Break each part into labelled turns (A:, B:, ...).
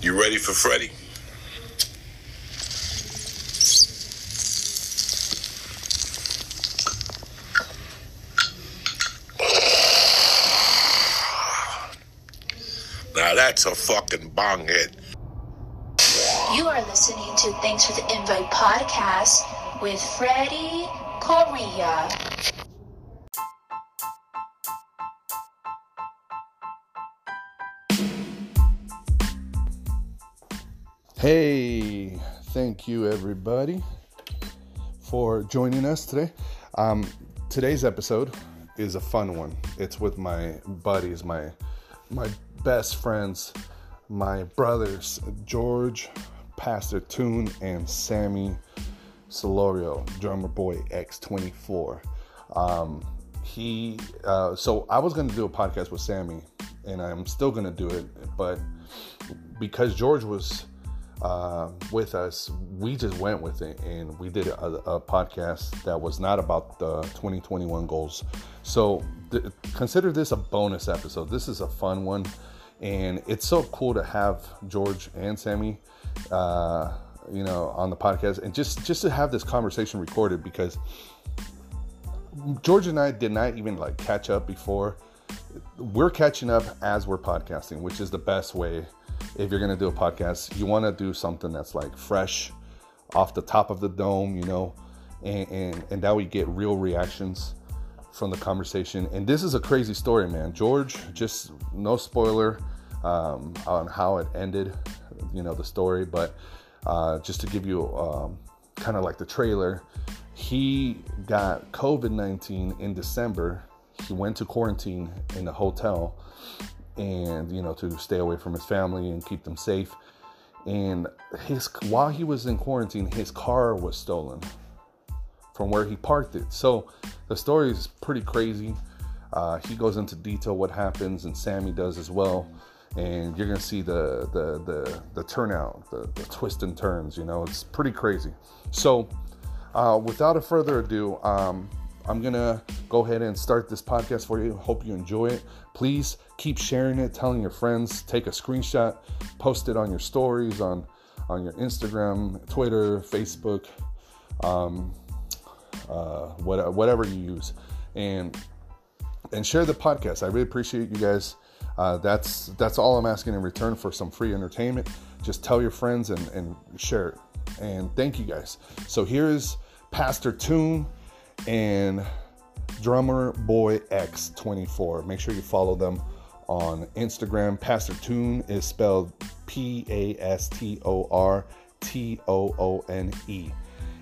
A: You ready for Freddy? Now that's a fucking bong hit.
B: You are listening to Thanks for the Invite podcast with Freddie Correa.
C: Hey, thank you everybody for joining us today. Um, today's episode is a fun one. It's with my buddies, my my best friends, my brothers, George, Pastor Tune, and Sammy Solorio, drummer boy X24. Um, he uh, so I was gonna do a podcast with Sammy, and I'm still gonna do it, but because George was uh, with us, we just went with it and we did a, a podcast that was not about the 2021 goals. So th- consider this a bonus episode. This is a fun one. And it's so cool to have George and Sammy, uh, you know, on the podcast and just, just to have this conversation recorded because George and I did not even like catch up before. We're catching up as we're podcasting, which is the best way. If you're gonna do a podcast, you want to do something that's like fresh, off the top of the dome, you know, and and and that we get real reactions from the conversation. And this is a crazy story, man. George, just no spoiler um, on how it ended, you know, the story, but uh, just to give you um, kind of like the trailer, he got COVID 19 in December. He went to quarantine in a hotel and, you know, to stay away from his family and keep them safe. And his while he was in quarantine, his car was stolen from where he parked it. So the story is pretty crazy. Uh, he goes into detail what happens, and Sammy does as well. And you're gonna see the the the, the turnout, the, the twist and turns. You know, it's pretty crazy. So uh, without a further ado, um, I'm gonna go ahead and start this podcast for you. Hope you enjoy it. Please keep sharing it, telling your friends. Take a screenshot, post it on your stories on on your Instagram, Twitter, Facebook. Um, uh, what, whatever you use, and and share the podcast. I really appreciate you guys. Uh, that's that's all I'm asking in return for some free entertainment. Just tell your friends and, and share it. And thank you guys. So here is Pastor Tune and drummer boy X24. Make sure you follow them on Instagram. Pastor Tune is spelled P A S T O R T O O N E.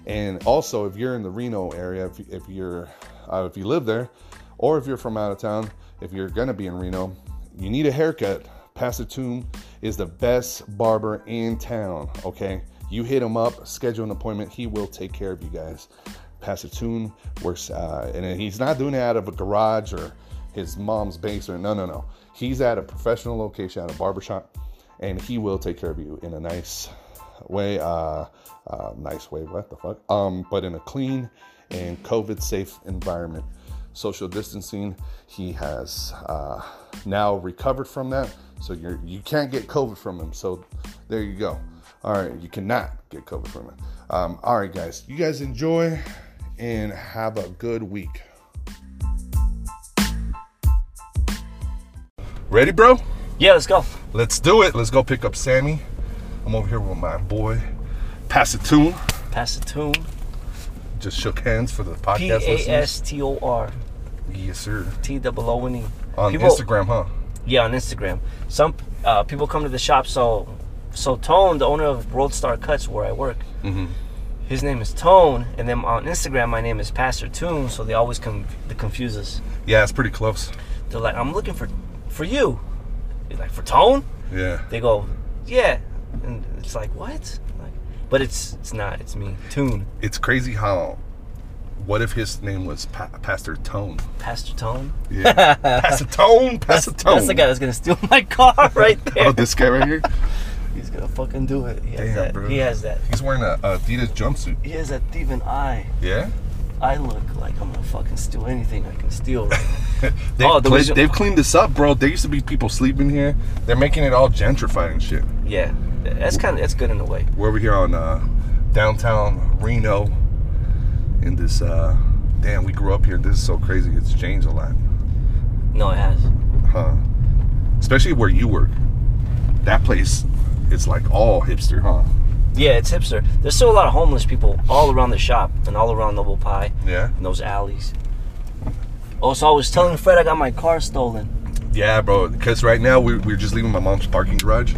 C: And also, if you're in the Reno area, if, if you're uh, if you live there, or if you're from out of town, if you're gonna be in Reno, you need a haircut. Pastor Tomb is the best barber in town. Okay, you hit him up, schedule an appointment. He will take care of you guys. Pastor Tomb works, uh, and he's not doing it out of a garage or his mom's basement. No, no, no. He's at a professional location, at a barbershop, and he will take care of you in a nice way. Uh, uh, nice way. What the fuck? Um, but in a clean and COVID-safe environment, social distancing. He has uh, now recovered from that, so you you can't get COVID from him. So there you go. All right, you cannot get COVID from him. Um, all right, guys. You guys enjoy and have a good week. Ready, bro?
D: Yeah, let's go.
C: Let's do it. Let's go pick up Sammy. I'm over here with my boy, Pasatune.
D: Pass the tune.
C: Just shook hands for the
D: P
C: podcast
D: A
C: listeners.
D: S T O R
C: Yes, sir.
D: T double O N E.
C: On
D: People-
C: Instagram, huh?
D: Yeah, on Instagram. Some uh, people come to the shop. So, so Tone, the owner of World Star Cuts, where I work,
C: Mm-hmm.
D: his name is Tone, and then on Instagram, my name is Pastor Tune. So they always con- they confuse us.
C: Yeah, it's pretty close.
D: They're like, "I'm looking for, for you." He's like, "For Tone?"
C: Yeah.
D: They go, "Yeah," and it's like, "What?" Like, but it's it's not. It's me, Tune,
C: It's crazy how. What if his name was pa- Pastor Tone?
D: Pastor Tone.
C: Yeah. Pastor Tone. Pastor Tone.
D: That's the guy that's gonna steal my car right there.
C: Oh, this guy right here.
D: He's gonna fucking do it. He has
C: Damn,
D: that.
C: bro.
D: He has that.
C: He's wearing a Adidas jumpsuit.
D: He has that thieving eye.
C: Yeah.
D: I look like I'm gonna fucking steal anything I can steal. Right
C: They've,
D: Oh, the
C: cle-
D: reason-
C: they've cleaned this up, bro. There used to be people sleeping here. They're making it all gentrified and shit.
D: now. yeah. That's kind of that's good in a way.
C: We're over here on uh, downtown Reno. In this, uh, damn, we grew up here. This is so crazy. It's changed a lot,
D: No, it has.
C: huh? Especially where you work. That place, it's like all hipster, huh?
D: Yeah, it's hipster. There's still a lot of homeless people all around the shop and all around Noble Pie
C: Yeah.
D: and those alleys. Oh, so I was telling Fred I got my car stolen.
C: Yeah, bro. Because right now we, we're just leaving my mom's parking garage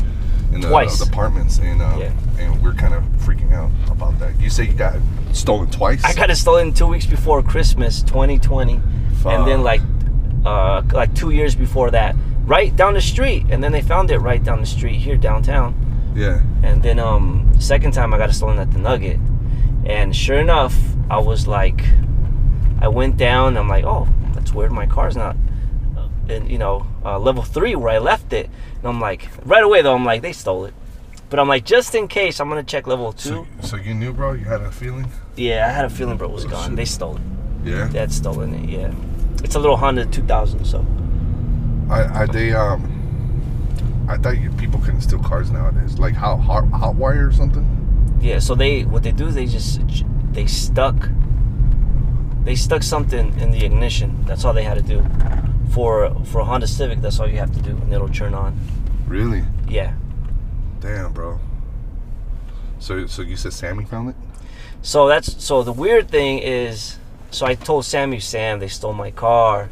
C: in the,
D: Twice.
C: the apartments, and uh,
D: Yeah.
C: and we're kind of freaking out about that. You say you got stolen twice.
D: I got it stolen two weeks before Christmas, 2020, and
C: Fuck.
D: then like, uh, like two years before that, right down the street. And then they found it right down the street here downtown.
C: Yeah.
D: And then um second time I got it stolen at the Nugget. And sure enough, I was like I went down, I'm like, "Oh, that's weird. My car's not in you know, uh, level 3 where I left it." And I'm like, right away though, I'm like, "They stole it." But I'm like, just in case, I'm gonna check level two.
C: So, so you knew, bro. You had a feeling.
D: yeah, I had a feeling, bro, it was gone.
C: Oh, shit.
D: They stole it.
C: Yeah.
D: They had stolen it. Yeah, it's a little Honda 2000. So
C: I, I they um. I thought you, people couldn't steal cars nowadays. Like how hot, hot wire or something.
D: yeah, so they what they do is they just they stuck they stuck something in the ignition. That's all they had to do. For for a Honda Civic, that's all you have to do, and it'll turn on.
C: Really?
D: Yeah.
C: Damn, bro. So so you said Sammy found it?
D: So that's so the weird thing is, so I told Sammy, Sam, they stole my car.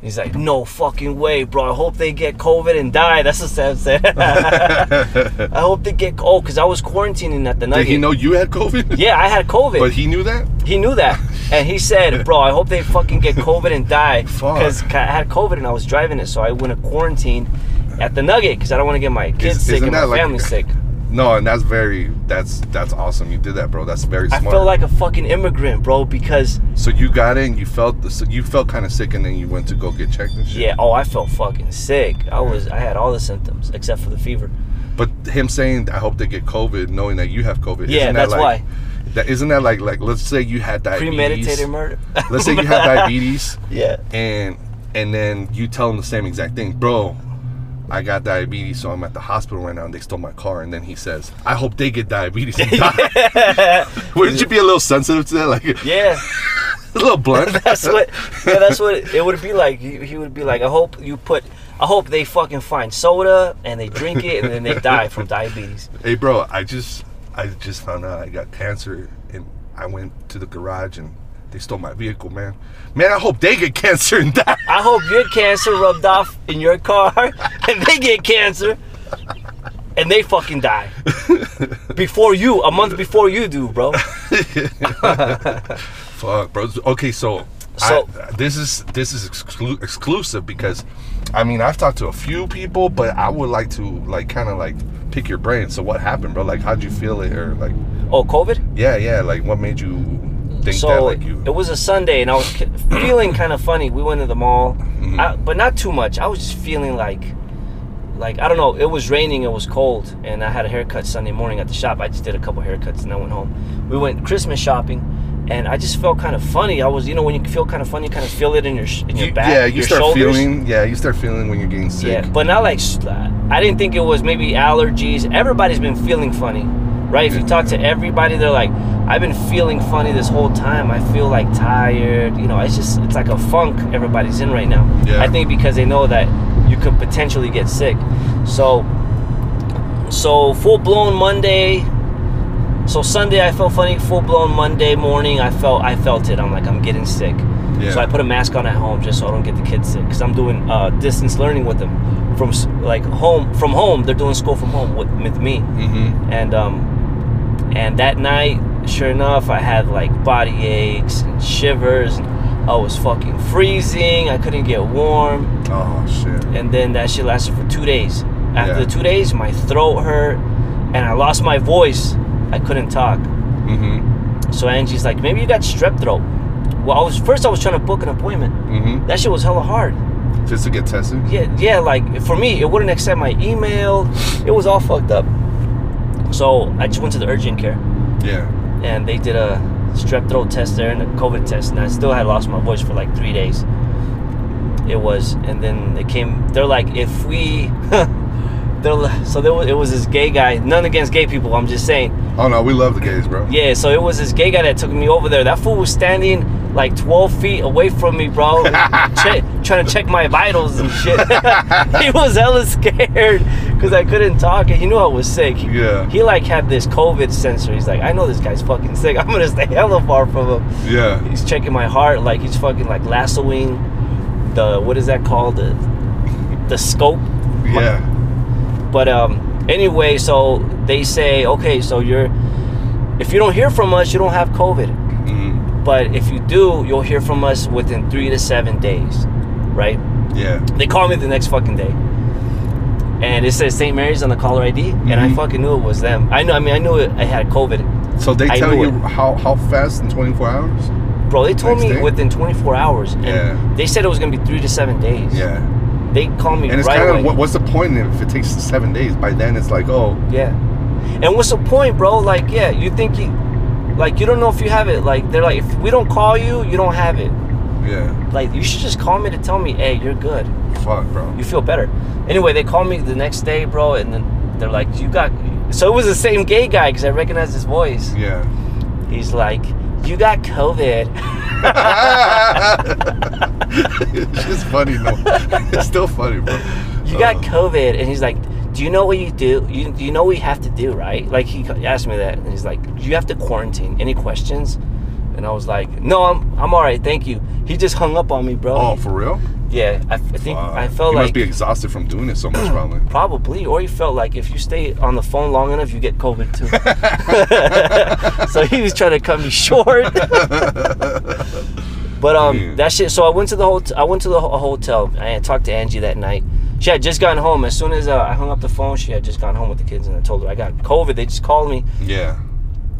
D: He's like, no fucking way, bro. I hope they get COVID and die. That's what Sam said. I hope they get oh, cause I was quarantining at the night.
C: Did he know you had COVID?
D: Yeah, I had COVID.
C: But he knew that.
D: He knew that, and he said, "Bro, I hope they fucking get COVID and die
C: Fuck.
D: because I had COVID and I was driving it, so I went to quarantine at the Nugget because I don't want to get my kids
C: Is-
D: sick
C: isn't
D: and my
C: that like-
D: family sick.
C: No, and that's very that's that's awesome. You did that, bro. That's very
D: I
C: smart.
D: felt like a fucking immigrant, bro, because
C: So you got in, you felt the, so you felt kind of sick, and then you went to go get checked and shit.
D: yeah, oh, I felt fucking sick. I was, I had all the symptoms except for the fever.
C: But him saying, "I hope they get COVID," knowing that you have COVID.
D: Yeah,
C: isn't that
D: that's
C: like, That isn't that like like let's say you had diabetes.
D: Premeditated murder.
C: Let's say you had diabetes,
D: yeah,
C: and and then you tell him the same exact thing, bro. I got diabetes, so I'm at the hospital right now, and they stole my car. And then he says, "I hope they get diabetes and die." Wouldn't you be a little sensitive to that, like a
D: yeah.
C: little blunt?
D: That's what. Yeah, that's what it, would be like. He, he would be like, I hope you put. I hope they fucking find soda and they drink it and then they die from diabetes.
C: Hey, bro, I just I just found out I got cancer, and I went to the garage and they stole my vehicle, man. Man, I hope they get cancer and die.
D: I hope your cancer rubbed off in your car and they get cancer and they fucking die. Before you, a month before you do, bro.
C: Fuck, bro. Okay, so.
D: So-
C: I, this is this is exclu- exclusive because, I mean, I've talked to a few people, but I would like to like kind of like pick your brain. So what happened, bro? Like, how'd you feel it, or like,
D: Oh, COVID?
C: yeah, yeah, like what made you think that?
D: so
C: Like you,
D: it was a Sunday and I was ki- feeling kind of funny. We went to the mall,
C: Mm-hmm.
D: I, but not too much. I was just feeling like, like I don't know. It was raining. It was cold, and I had a haircut Sunday morning at the shop. I just did a couple haircuts and I went home. We went Christmas shopping, and I just felt kind of funny. I was, you know, when you feel kind of funny, you kind of feel it in your sh- in your
C: you-
D: back,
C: yeah, you
D: your
C: start
D: shoulders.
C: feeling, yeah, you start feeling when you're getting sick.
D: Yeah, but not like s- I didn't think it was maybe allergies. Everybody's been feeling funny, right? If you talk to everybody, they're like, "I've been feeling funny this whole time. I feel like tired." You know, it's just it's like a funk everybody's in right now.
C: Yeah.
D: I think because they know that you could potentially get sick. So, so full blown Monday. So Sunday I felt funny. Full blown Monday morning I felt I felt it. I'm like I'm getting sick.
C: Yeah.
D: So I put a mask on at home just so I don't get the kids sick because I'm doing uh, distance learning with them from s- like home from home. They're doing school from home with, with me. Mm-hmm. And um and that night, sure enough, I had like body aches and shivers. And I was fucking freezing. I couldn't get warm
C: Oh shit.
D: and then that shit lasted for two days. After
C: Yeah.
D: the two days, my throat hurt, and I lost my voice. I couldn't talk.
C: Mm-hmm.
D: So Angie's like, maybe you got strep throat. Well, I was first I was trying to book an appointment.
C: Mm-hmm.
D: That shit was hella hard.
C: Just to get tested?
D: Yeah, yeah. Like for me, it wouldn't accept my email. It was all fucked up. So I just went to the urgent care,
C: Yeah.
D: and they did a strep throat test there and a COVID test, and I still had lost my voice for like three days. It was, and then they came. They're like, if we they're, so there was, it was this gay guy. None against gay people. I'm just saying.
C: Oh no, we love the gays, bro.
D: Yeah. So it was this gay guy that took me over there. That fool was standing like 12 feet away from me, bro, che- trying to check my vitals and shit. he was hella scared because I couldn't talk, and he knew I was sick. He-
C: Yeah.
D: He like had this COVID sensor. He's like, I know this guy's fucking sick. I'm gonna stay hella far from him.
C: Yeah.
D: He's checking my heart, like he's fucking like lassoing the what is that called the the scope.
C: Yeah.
D: But um, anyway, so they say, okay, so you're if you don't hear from us, you don't have COVID.
C: Mm,
D: But if you do, you'll hear from us within three to seven days, right?
C: yeah.
D: They call me the next fucking day. And it says St. Mary's on the caller ID, and I
C: Mhm.
D: fucking knew it was them. I know, I mean, I knew it, I had COVID,
C: So they
D: I
C: tell
D: knew
C: you
D: it.
C: how how fast in 24 hours?
D: bro. They told
C: Next
D: me
C: day?
D: within 24 hours, and
C: Yeah.
D: they said it was gonna be three to seven days.
C: Yeah.
D: They called me
C: And it's
D: right
C: kind
D: away.
C: of what, what's the point if it takes seven days? By then it's like oh
D: Yeah. And what's the point, bro? Like, yeah, you think you, like, you don't know if you have it. Like, they're like, if we don't call you, you don't have it.
C: yeah
D: Like, you should just call me to tell me, hey, you're good.
C: fuck bro
D: You feel better. Anyway, they called me the next day, bro, and then they're like, you got. So it was the same gay guy because I recognized his voice.
C: yeah.
D: He's like, you got COVID.
C: it's just funny though. It's still funny, bro.
D: You got
C: Uh,
D: COVID, and he's like. Do you know what you do? You, you know what you have to do, right? Like he asked me that, and he's like, "You have to quarantine." Any questions? And I was like, "No, I'm I'm all right, thank you." He just hung up on me, bro.
C: oh, for real?
D: Yeah, I, I think
C: Fuck.
D: I felt
C: you
D: like
C: must be exhausted from doing it so much, probably.
D: probably, or he felt like if you stay on the phone long enough, you get COVID too. so he was trying to cut me short. but um,
C: Yeah.
D: that shit. So I went to the hot. I went to the ho- hotel. I had talked to Angie that night. She had just gotten home. As soon as uh, I hung up the phone, she had just gone home with the kids, and I told her I got COVID. They just called me.
C: Yeah.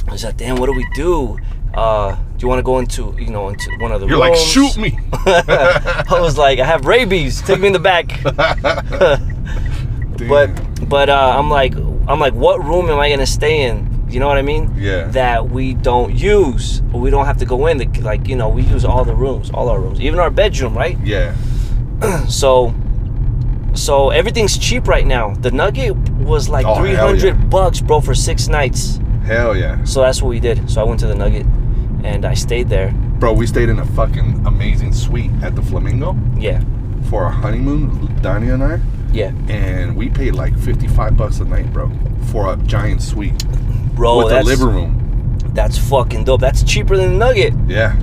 D: I was like, "Damn, what do we do? Uh, do you want to go into you know into one of the
C: You're like,
D: rooms?
C: shoot me.
D: I was like, I have rabies. Take me in the back.
C: Damn.
D: But but uh, I'm like I'm like, what room am I gonna stay in? You know what I mean?
C: Yeah.
D: That we don't use. or We don't have to go in. The, like you know, we use all the rooms, all our rooms, even our bedroom, right?
C: yeah.
D: So so everything's cheap right now. The nugget was like
C: Oh, hell
D: 300
C: yeah.
D: bucks, bro, for six nights.
C: Hell yeah.
D: So that's what we did. So I went to the nugget, and I stayed there.
C: Bro, we stayed in a fucking amazing suite at the Flamingo
D: Yeah.
C: for our honeymoon, Dania and I,
D: Yeah,
C: and we paid like 55 bucks a night, bro, for a giant suite
D: bro,
C: with a
D: Oh, that's
C: living room.
D: that's fucking dope. That's cheaper than the nugget.
C: Yeah.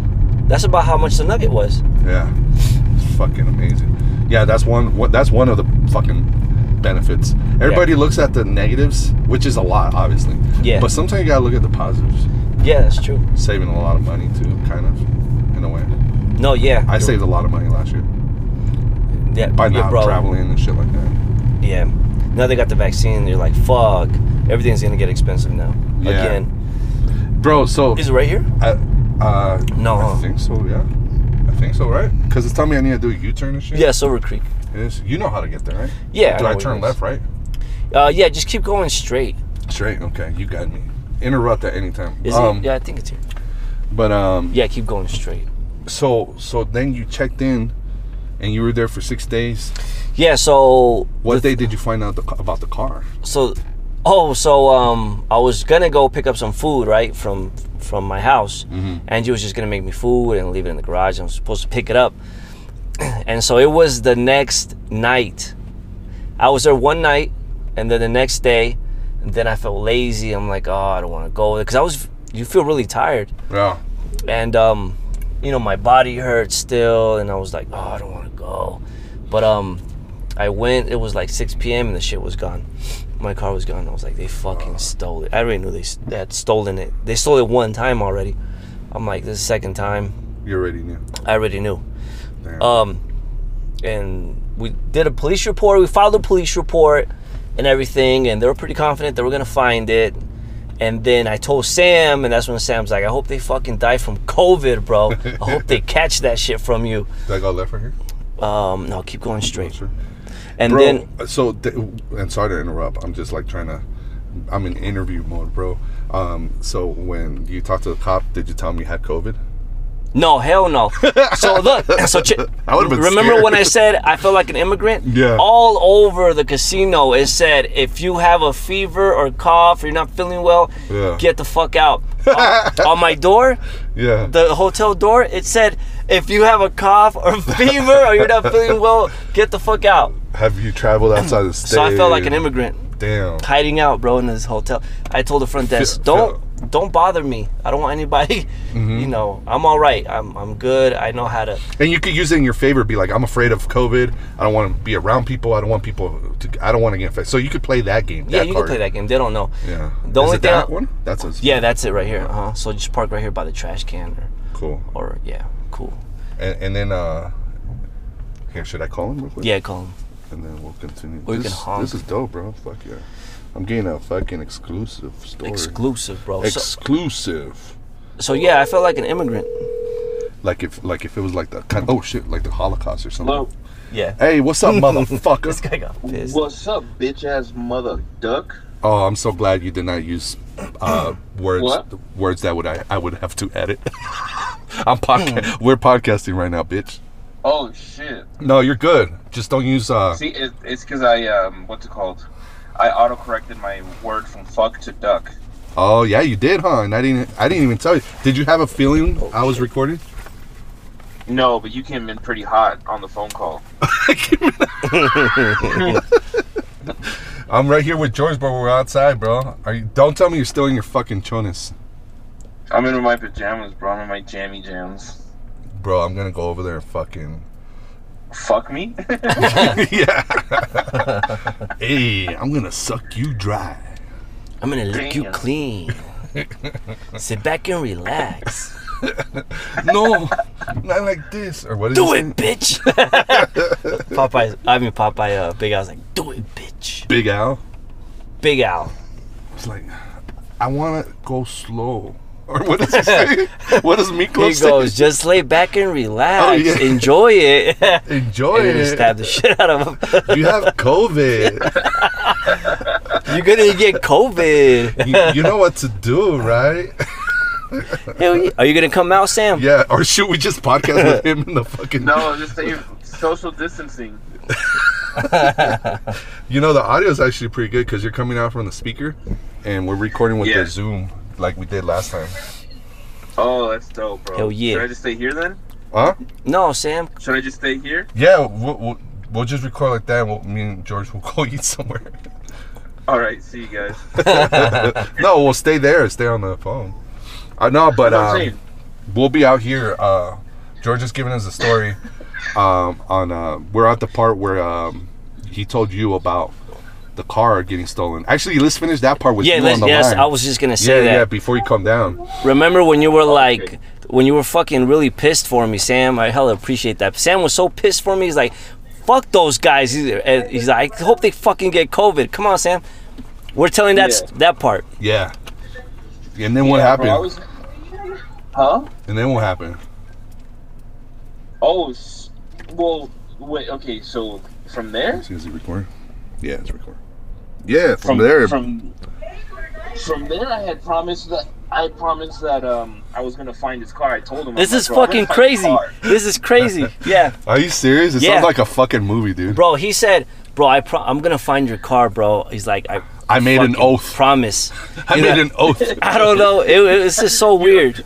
D: That's about how much the nugget was.
C: Yeah, it's fucking amazing. Yeah, that's one. What that's one of the fucking benefits. Everybody looks at the negatives, which is a lot, obviously.
D: Yeah.
C: But sometimes you gotta look at the positives.
D: Yeah, that's true.
C: Saving a lot of money too, kind of, in a way.
D: No, yeah.
C: I saved a lot of money last year
D: yeah,
C: by
D: yeah,
C: not traveling and shit like that.
D: Yeah. Now they got the vaccine. They're like, fuck. Everything's gonna get expensive now.
C: Yeah.
D: Again.
C: Bro, so
D: Is it right here?
C: I, uh,
D: No, uh-huh.
C: I
D: huh?
C: think so. Yeah, I think so. Right? Because it's telling me I need to do a U-turn and shit.
D: Yeah, Silver Creek.
C: It is- you know how to get there, right?
D: Yeah.
C: Do
D: know
C: I
D: what it
C: turn
D: is.
C: left, right?
D: Uh, yeah, just keep going straight.
C: Straight. Okay, you got me. Interrupt at any time.
D: Is
C: um,
D: it? Yeah, I think it's here.
C: But um,
D: Yeah, keep going straight.
C: so so then you checked in and you were there for six days
D: Yeah. So
C: what
D: the-
C: day did you find out the, ca- about the car
D: So, oh, so um, I was gonna go pick up some food right from from my house. Angie was just gonna make me food and leave it in the garage. I'm supposed to pick it up, and so it was the next night. I was there one night, and then the next day, and then I felt lazy. I'm like, oh, I don't want to go because I was. You feel really tired,
C: yeah
D: and um, you know my body hurt still, and I was like, oh, I don't want to go, but um, I went. It was like 6 p.m. and the shit was gone. My car was gone. I was like, they fucking stole it. I already knew they, s- they had stolen it. They stole it one time already. I'm like, this is the second time.
C: you already knew
D: I already knew.
C: Damn.
D: Um, and we did a police report. We filed a police report and everything, and they were pretty confident they were gonna find it. And then I told Sam, and that's when Sam's like, "I hope they fucking die from COVID, bro. I hope they catch that shit from you."
C: did i go left right here
D: Um, no, keep going straight.
C: sure
D: And
C: bro uh,
D: then
C: so th- and sorry to interrupt i'm just like trying to i'm in interview mode bro um so when you talked to the cop did you tell him you had covid
D: No, hell no. So look, so ch-
C: I would've been
D: remember
C: scared.
D: when I said I felt like an immigrant?
C: Yeah.
D: All over the casino, it said if you have a fever or cough or you're not feeling well,
C: Yeah.
D: get the fuck out. on, on my door,
C: Yeah.
D: the hotel door, it said if you have a cough or fever or you're not feeling well, get the fuck out.
C: Have you traveled outside the state?
D: So I felt like an immigrant
C: Damn.
D: hiding out, bro, in this hotel. I told the front
C: Feel-
D: desk,
C: Mm-hmm.
D: don't don't bother me. I don't want anybody. You know, I'm all right. I'm I'm good. I know how to.
C: And you could use it in your favor. Be like, I'm afraid of COVID. I don't want to be around people. I don't want people to. I don't want to get infected. So you could play that game.
D: yeah,
C: that
D: you
C: card.
D: can play that game. They don't know.
C: Yeah.
D: The
C: Is
D: only
C: it
D: thing
C: that
D: I-
C: one. Uh-huh. That's a,
D: Yeah, that's it right here. Uh huh. So just park right here by the trash can,
C: cool.
D: or, or yeah, cool.
C: And, and then uh, here should I call him real quick?
D: Yeah, call him.
C: And then we'll continue.
D: Or you
C: this,
D: can honk.
C: this is dope, bro. Fuck yeah. I'm getting a fucking exclusive story.
D: Exclusive, bro. so,
C: exclusive.
D: so yeah, I felt like an immigrant.
C: Like if like if it was like the kind oh shit like the Holocaust or something.
E: Hello.
D: Yeah.
C: Hey, what's up,
D: This
C: motherfucker?
D: guy got pissed.
E: What's up, bitch ass mother duck?
C: Oh, I'm so glad you did not use uh, words
E: What?
C: the words that would I, I would have to edit. I'm podca- we're podcasting right now, bitch.
E: Oh shit.
C: No, you're good. Just don't use uh
E: See, it, it's because I um, what's it called? I auto corrected my word from fuck to duck.
C: Oh, yeah, you did, huh? And I didn't I didn't even tell you. Did you have a feeling I was recording?
E: No, but you came in pretty hot on the phone call.
C: I'm right here with George, bro. We're outside, bro. Are you, don't tell me you're still in your fucking chonis.
E: I'm in my pajamas, bro. I'm in my jammy jams.
C: Bro, I'm gonna go over there and fucking
E: Fuck me.
C: yeah. hey, I'm gonna suck you dry.
D: I'm gonna lick you
E: Damn.
D: clean. Sit back and relax.
C: No, not like this. Or what is
D: Do it, bitch. Popeye, I mean Popeye, uh, Big Al's like, do it, bitch.
C: Big Al.
D: Big Al.
C: It's like, I wanna go slow. Or what does he say? what does
D: He
C: Miklos
D: goes, just lay back and relax,
C: Oh, yeah.
D: enjoy it. and
C: say? Enjoy
D: then he stabbed
C: it.
D: the shit out of him.
C: You have COVID.
D: You're gonna get COVID.
C: you, you know what to do, right?
D: Hell yeah. Are you gonna come out, Sam?
C: Yeah. Or should we just podcast with him in the fucking?
E: no, just say social distancing.
C: You know the audio is actually pretty good because you're coming out from the speaker, and we're recording with
E: Yeah.
C: the Zoom like we did last time.
E: Oh, that's dope, bro.
D: Hell yeah.
E: Should I just stay here then?
C: Huh?
D: No, Sam.
E: Should I just stay here?
C: Yeah, we'll, we'll, we'll just record like that. And we'll, me and George will go eat somewhere.
E: All right. See you guys.
C: no, we'll stay there. Stay on the phone. I know, but
E: I'm
C: um,
E: saying.
C: we'll be out here. Uh, George is giving us a story. Um, on uh, we're at the part where um, he told you about the car getting stolen. Actually, let's finish that part with
D: Yeah,
C: you
D: let's,
C: on the
D: yes,
C: line.
D: I was just gonna
C: yeah,
D: say
C: yeah.
D: that.
C: Before you come down,
D: Remember when you were like, when you were fucking really pissed for me, Sam? I hella appreciate that. Sam was so pissed for me. He's like, fuck those guys. He's, and he's like, I hope they fucking get COVID. Come on, Sam. We're telling that
E: Yeah.
D: that part.
C: yeah. And then what
E: Yeah,
C: happened?
E: bro, I was- Huh?
C: and then what happened?
E: Oh, s- well, wait. Okay, so from there,
C: See, is it recording? Yeah, it's recording. Yeah, from, there.
E: from from there, I had promised that I promised that um I was gonna find his car. I told him I'm
D: This
E: like,
D: is
E: "Bro, I'm
D: fucking
E: gonna find his
D: crazy.
E: car."
D: This is crazy. Yeah.
C: Are you serious? It
D: Yeah.
C: sounds like a fucking movie, dude.
D: Bro, he said, bro, I pro- I'm gonna find your car, bro. He's like, I,
C: I made an
D: fucking
C: oath.
D: Promise.
C: I made an oath.
D: I don't know. It, it- it's just so weird.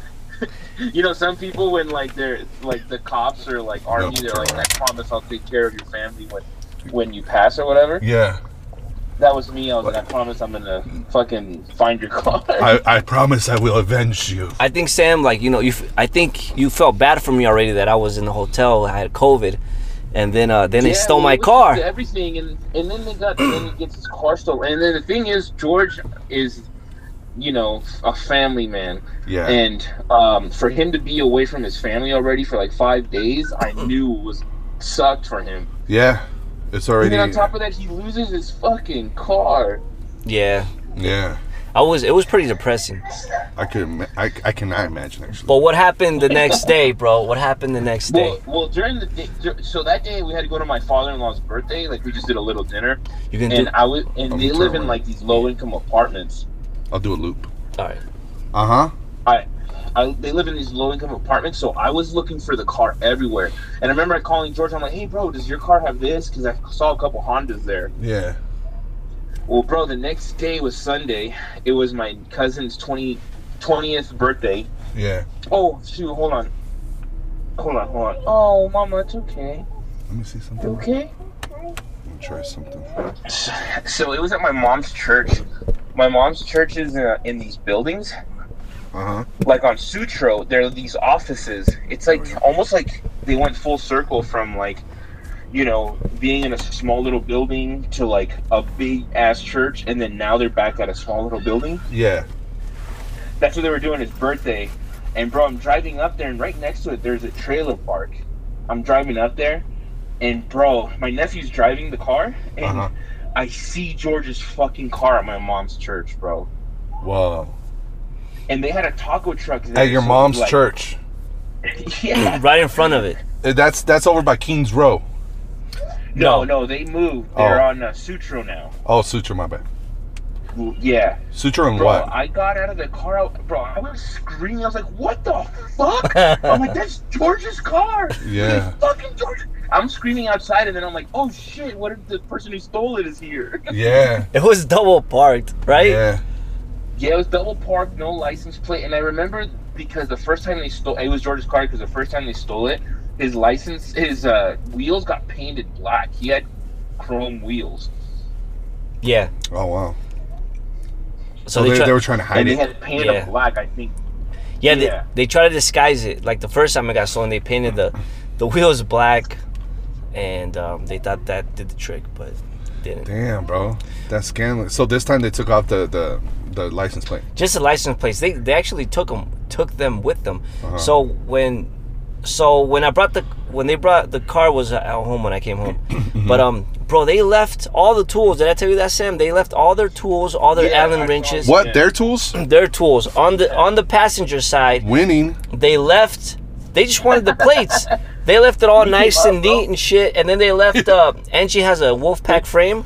E: You know, some people when like they're like the cops or like army, they're like, I promise I'll take care of your family when when you pass or whatever.
C: Yeah.
E: That was me. I was like, I promise I'm gonna fucking find your car.
C: I, I promise I will avenge you.
D: I think Sam, like you know, you. f- I think you felt bad for me already that I was in the hotel. I had COVID, and then uh, then they
E: Yeah,
D: stole
E: well,
D: my
E: we did
D: car.
E: Everything, and and then they got and then he gets his car stolen. And then the thing is, George is, you know, a family man,
C: Yeah.
E: and um, for him to be away from his family already for like five days, I knew was sucked for him.
C: yeah. It's
E: And
C: already.
E: then on top of that, he loses his fucking car.
D: Yeah,
C: yeah.
D: I was. It was pretty depressing.
C: I could. ima- I, I cannot imagine actually.
D: But what happened the next day, bro? What happened the next day?
E: Well, well, during the day, dur- so that day we had to go to my father-in-law's birthday. Like we just did a little dinner,
D: You can
E: and
D: do.
E: I was, and
C: I'm
E: they live in
C: determined.
E: like these low-income apartments.
C: I'll do a loop.
D: All right.
C: Uh huh.
E: I I, they live in these low income apartments, so I was looking for the car everywhere. And I remember calling George. I'm like, hey, bro, does your car have this? Because I saw a couple Hondas there.
F: Yeah.
E: Well, bro, the next day was Sunday. It was my cousin's 20, 20th birthday.
F: Yeah.
E: Oh, shoot, hold on. Hold on, hold on. Oh, mama, it's okay.
F: Let me see something.
E: You okay?
F: Let me try something.
E: So it was at my mom's church. My mom's church is in, in these buildings.
F: Uh huh.
E: Like on Sutro, there are these offices. It's like almost like they went full circle from like, you know, being in a small little building to like a big ass church, and then now they're back at a small little building.
F: Yeah.
E: That's what they were doing his birthday. And bro, I'm driving up there, and right next to it, there's a trailer park. I'm driving up there, and bro, my nephew's driving the car, and
F: Uh-huh.
E: I see George's fucking car at my mom's church, bro.
F: Whoa.
E: And they had a taco truck there.
F: At your
E: so,
F: mom's
E: like-
F: church.
E: yeah.
D: right in front of it.
F: Uh, That's that's over by Kings Row.
E: No, no, they moved. They're
F: Oh.
E: on uh, Sutro now.
F: Oh, Suture, my bad.
E: Yeah.
F: Suture and
E: Bro,
F: what?
E: I got out of the car, I- bro. I was screaming. I was like, "What the fuck?" I'm like, "That's George's car."
F: Yeah.
E: It's fucking George. I'm screaming outside, and then I'm like, "Oh shit! What if the person who stole it is here?"
F: yeah.
D: It was double parked, right?
F: Yeah.
E: yeah, it was double parked, no license plate, and I remember because the first time they stole it was George's car. Because the first time they stole it, his license, his uh, wheels got painted black. He had chrome wheels,
D: Yeah.
F: Oh wow.
D: So
F: So
D: they,
F: Oh, they,
D: try-
F: they were trying to hide
E: and they
F: it.
E: had painted
D: Yeah.
E: black. I think.
D: yeah, they,
E: yeah.
D: they try to disguise it. Like the first time I got stolen, they painted the the wheels black, and um, they thought that did the trick, but it didn't.
F: Damn, bro. That's scandalous. So this time they took off the the, the license plate.
D: just the license plates. They they actually took them took them with them. So when so when I brought the when they brought the car was at home when I came home. but um bro, they left all the tools. Did I tell you that Sam? They left all their tools, all their
E: Yeah, I
D: allen
E: saw
D: wrenches,
F: What? Their tools?
D: their tools on the on the passenger side.
F: Winning.
D: They left they just wanted the plates. They left it all nice and neat and shit, and then they left. Uh, Angie has a Wolfpack frame.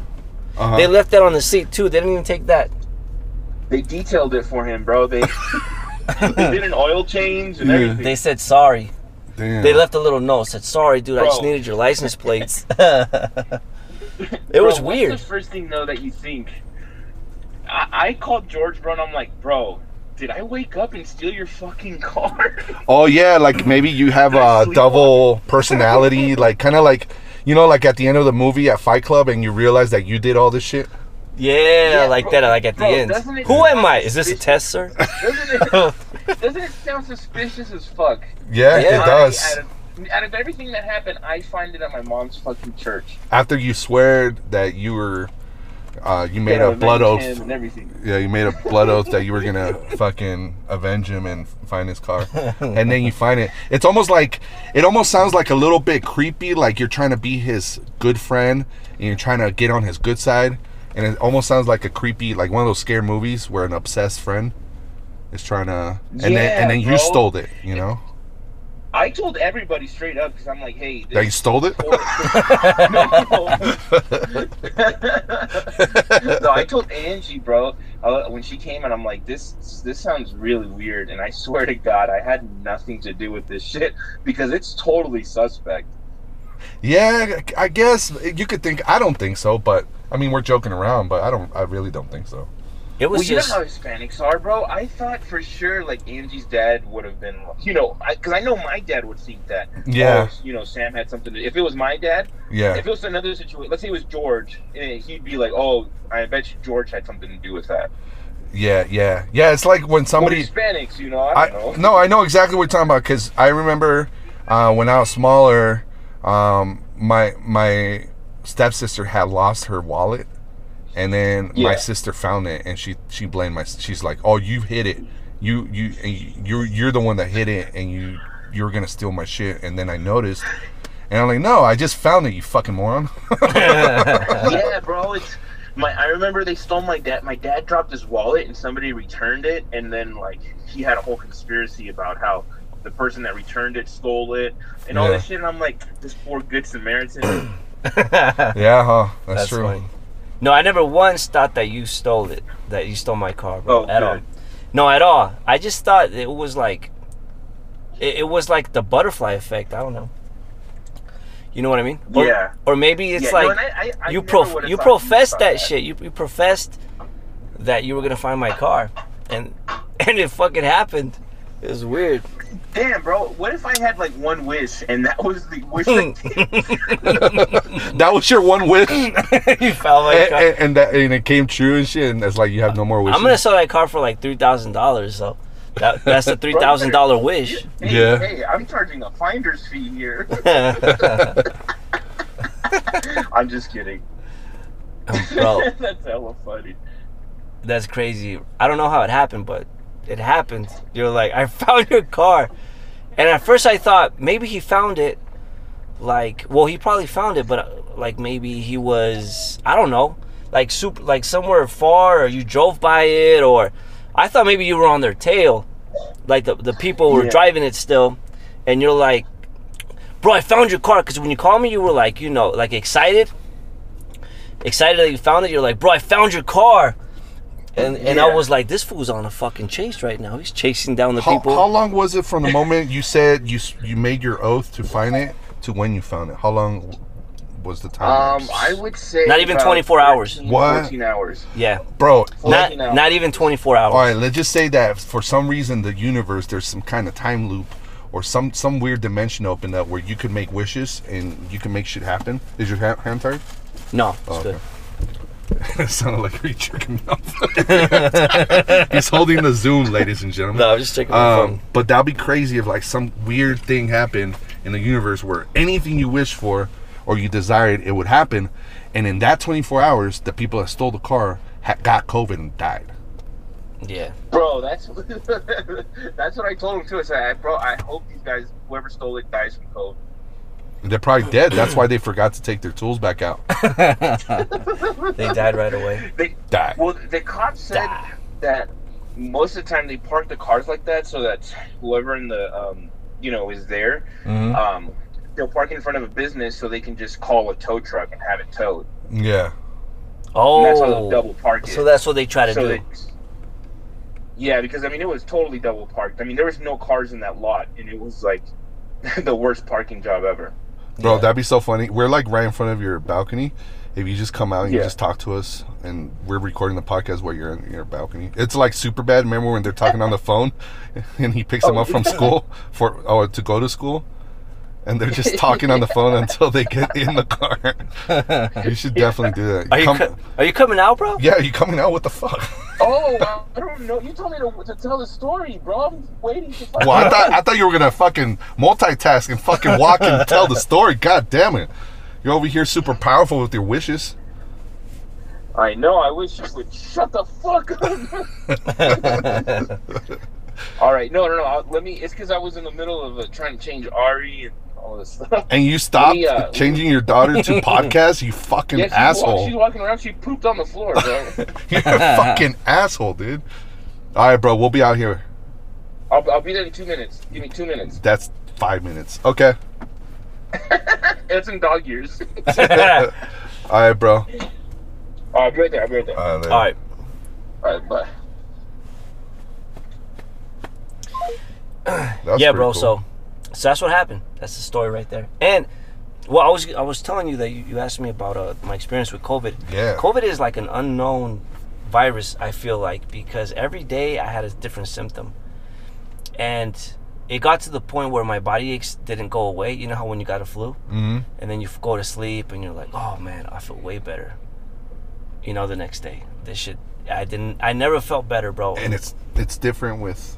F: Uh-huh.
D: They left that on the seat too. They didn't even take that.
E: They detailed it for him, bro. They they did an oil change and
F: Yeah.
E: everything.
D: They said sorry.
F: Damn.
D: They left a little note said, "Sorry, dude, I just
E: Bro.
D: needed your license plates." it was
E: Bro,
D: weird.
E: What's the first thing though that you think? I, I called George, bro, and I'm like, bro, did I wake up and steal your fucking car?
F: Oh yeah, like maybe you have a
E: Sleepwalk.
F: double personality, like kind of like you know, like at the end of the movie at Fight Club, and you realize that you did all this shit.
D: yeah,
E: Yeah,
D: like
E: bro,
D: that. Like at
E: bro,
D: the end.
E: doesn't it-
D: Who am I? Is this a test, sir?
E: doesn't, it, doesn't it sound suspicious as fuck?
F: Yeah,
D: Yeah.
F: it
E: I, out,
F: does.
E: of, out of everything that happened, I find it at my mom's fucking church.
F: After you swear that you were, uh, you made
E: Gonna
F: a blood
E: avenge
F: oath.
E: him and everything.
F: Yeah, you made a blood oath that you were gonna fucking avenge him and find his car, and then you find it. It's almost like it almost sounds like a little bit creepy, like you're trying to be his good friend and you're trying to get on his good side, and it almost sounds like a creepy, like one of those scare movies where an obsessed friend is trying to, and then
E: Yeah,
F: and then you
E: bro.
F: stole it, you know,
E: I told everybody straight up because I'm like, hey,
F: that you
E: this
F: stole it.
E: no, I told Angie, bro, uh, when she came and I'm like, this this sounds really weird, and I swear to God, I had nothing to do with this shit because it's totally suspect.
F: Yeah, I guess you could think. I don't think so, but I mean, we're joking around, but I don't. I really don't think so.
D: It was
E: Well, you know
D: just
E: how Hispanics are, bro. I thought for sure like Angie's dad would have been, you know, because I, know my dad would think that.
F: Yeah.
E: oh, you know, Sam had something. To, if it was my dad,
F: Yeah,
E: if it was another situation, let's say it was George, eh, he'd be like, oh, I bet you George had something to do with that.
F: yeah, yeah, yeah. It's like when
E: Or
F: somebody.
E: Hispanics, you know, I
F: I
E: don't know.
F: no, I know exactly what you're talking about because I remember uh, when I was smaller, um, my my stepsister had lost her wallet, and then my
E: Yeah.
F: sister found it, and she she blamed my. She's like, "Oh, you hid it. You you and you- you're you're the one that hid it, and you you were gonna steal my shit." And then I noticed, and I'm like, "No, I just found it. You fucking moron."
E: yeah, bro. It's my. I remember they stole my dad. My dad dropped his wallet, and somebody returned it. And then like he had a whole conspiracy about how the person that returned it stole it and all
F: Yeah.
E: this shit. And I'm like, this poor good Samaritan.
F: yeah, huh? That's,
D: that's
F: true.
D: funny. No, I never once thought that you stole it. That you stole my car, bro.
E: Oh,
D: at all.
E: good.
D: No, at all. I just thought it was like It, it was like the butterfly effect. I don't know. You know what I mean? Or,
E: Yeah.
D: Or maybe it's
E: Yeah, no,
D: like
E: and I- I- I
D: you
E: never
D: prof-
E: would've
D: you
E: thought
D: professed
E: about
D: that, shit. You, you professed that you were gonna find my car, and and it fucking happened. It was weird.
E: Damn, bro. What if I had like one wish and that was the wish that came?
F: That was your one wish, and,
D: you found my car.
F: and, and that and it came true and shit. And it's like you have no more wishes.
D: I'm gonna sell that car for like three thousand dollars. So that, that's a three thousand dollar wish.
E: Hey,
F: Yeah.
E: Hey, I'm charging a finder's fee here.
D: Bro,
E: I'm just kidding.
D: Oh.
E: That's hella funny.
D: that's crazy. I don't know how it happened, but it happened. You're like, I found your car, and at first I thought maybe he found it. Like, well, he probably found it, but uh, like maybe he was, I don't know, like super, like somewhere far, or you drove by it, or I thought maybe you were on their tail, like the the people were
E: Yeah.
D: driving it still, and you're like, bro, I found your car. Because when you called me, you were like, you know, like excited, excited that you found it. You're like, bro, I found your car. And, and I
E: Yeah.
D: was like, this fool's on a fucking chase right now. He's chasing down the
F: How,
D: people.
F: how long was it from the moment you said you s- you made your oath to find it to when you found it? How long was the time?
E: Um,
F: lapse?
E: I would say
D: Not even
E: about
D: 24 hours.
E: 13,
F: What?
E: 14 hours.
D: yeah,
F: bro.
D: not
E: you know.
D: not even 24 hours.
F: All right, let's just say that for some reason the universe there's some kind of time loop or some some weird dimension opened up where you could make wishes and you can make shit happen. Is your ha- hand tired?
D: No, it's good.
F: it sounded like you're jerking off. He's holding the Zoom, ladies and gentlemen.
D: No, I was just checking my
F: Um,
D: phone.
F: but that'd be crazy if like some weird thing happened in the universe where anything you wish for or you desired it would happen, and in that 24 hours, the people that stole the car ha- got COVID and died.
D: Yeah,
E: Bro, that's that's what I told him too. I said, "I- bro, I hope these guys, whoever stole it, dies from COVID.
F: They're probably dead. That's why they forgot to take their tools back out.
D: they died right away.
E: They,
F: Die.
E: well, the cop said
D: Die.
E: that most of the time they park the cars like that so that whoever in the um, you know is there, um, they'll park in front of a business so they can just call a tow truck and have it towed.
F: Yeah.
D: Oh,
E: And that's how they'll double park it.
D: so that's what they try to
E: so
D: do.
E: they, yeah, because I mean it was totally double parked. I mean there was no cars in that lot, and it was like the worst parking job ever.
F: Bro,
D: Yeah.
F: that'd be so funny. We're like right in front of your balcony. If you just come out and you
E: Yeah.
F: just talk to us, and we're recording the podcast while you're in your balcony, it's like super bad. Remember when they're talking on the phone, and he picks them up from school for oh to go to school, and they're just talking on the phone until they get in the car. you should definitely do that.
D: are you
F: Come-
D: co- are you coming out, bro?
F: yeah, you coming out? What the fuck?
E: Oh, well, I don't know. You told me to, to tell the story, bro. I'm waiting to fucking
F: Well, I thought I thought you were gonna fucking multitask and fucking walk and tell the story. God damn it! You're over here super powerful with your wishes.
E: I know. I wish you would shut the fuck up. all right. No, no, no. I'll- let me. It's because I was in the middle of uh, trying to change Ari and all this stuff.
F: and you stopped
E: We, uh,
F: changing your daughter to podcasts, you fucking
E: Yeah, she's, Walk,
F: asshole.
E: she's walking around. She pooped on the floor, bro.
F: You're a fucking asshole, dude. All right, bro, we'll be out here.
E: I'll, I'll be there in two minutes. Give me two minutes.
F: That's five minutes. Okay.
E: It's in dog years.
F: All right, bro.
E: I'll be right there. I'll be right there.
F: All right.
D: All right.
E: All right, bye.
D: yeah, bro. So, so that's what happened. That's the story right there. And well, I was I was telling you that you, you asked me about uh, my experience with COVID.
F: Yeah.
D: COVID is like an unknown virus. I feel like because every day I had a different symptom, and it got to the point where my body aches didn't go away. You know how when you got a flu,
F: hmm
D: and then you f- go to sleep and you're like, oh man, I feel way better. You know, the next day, this shit. I didn't. I never felt better, bro.
F: And it's it's different with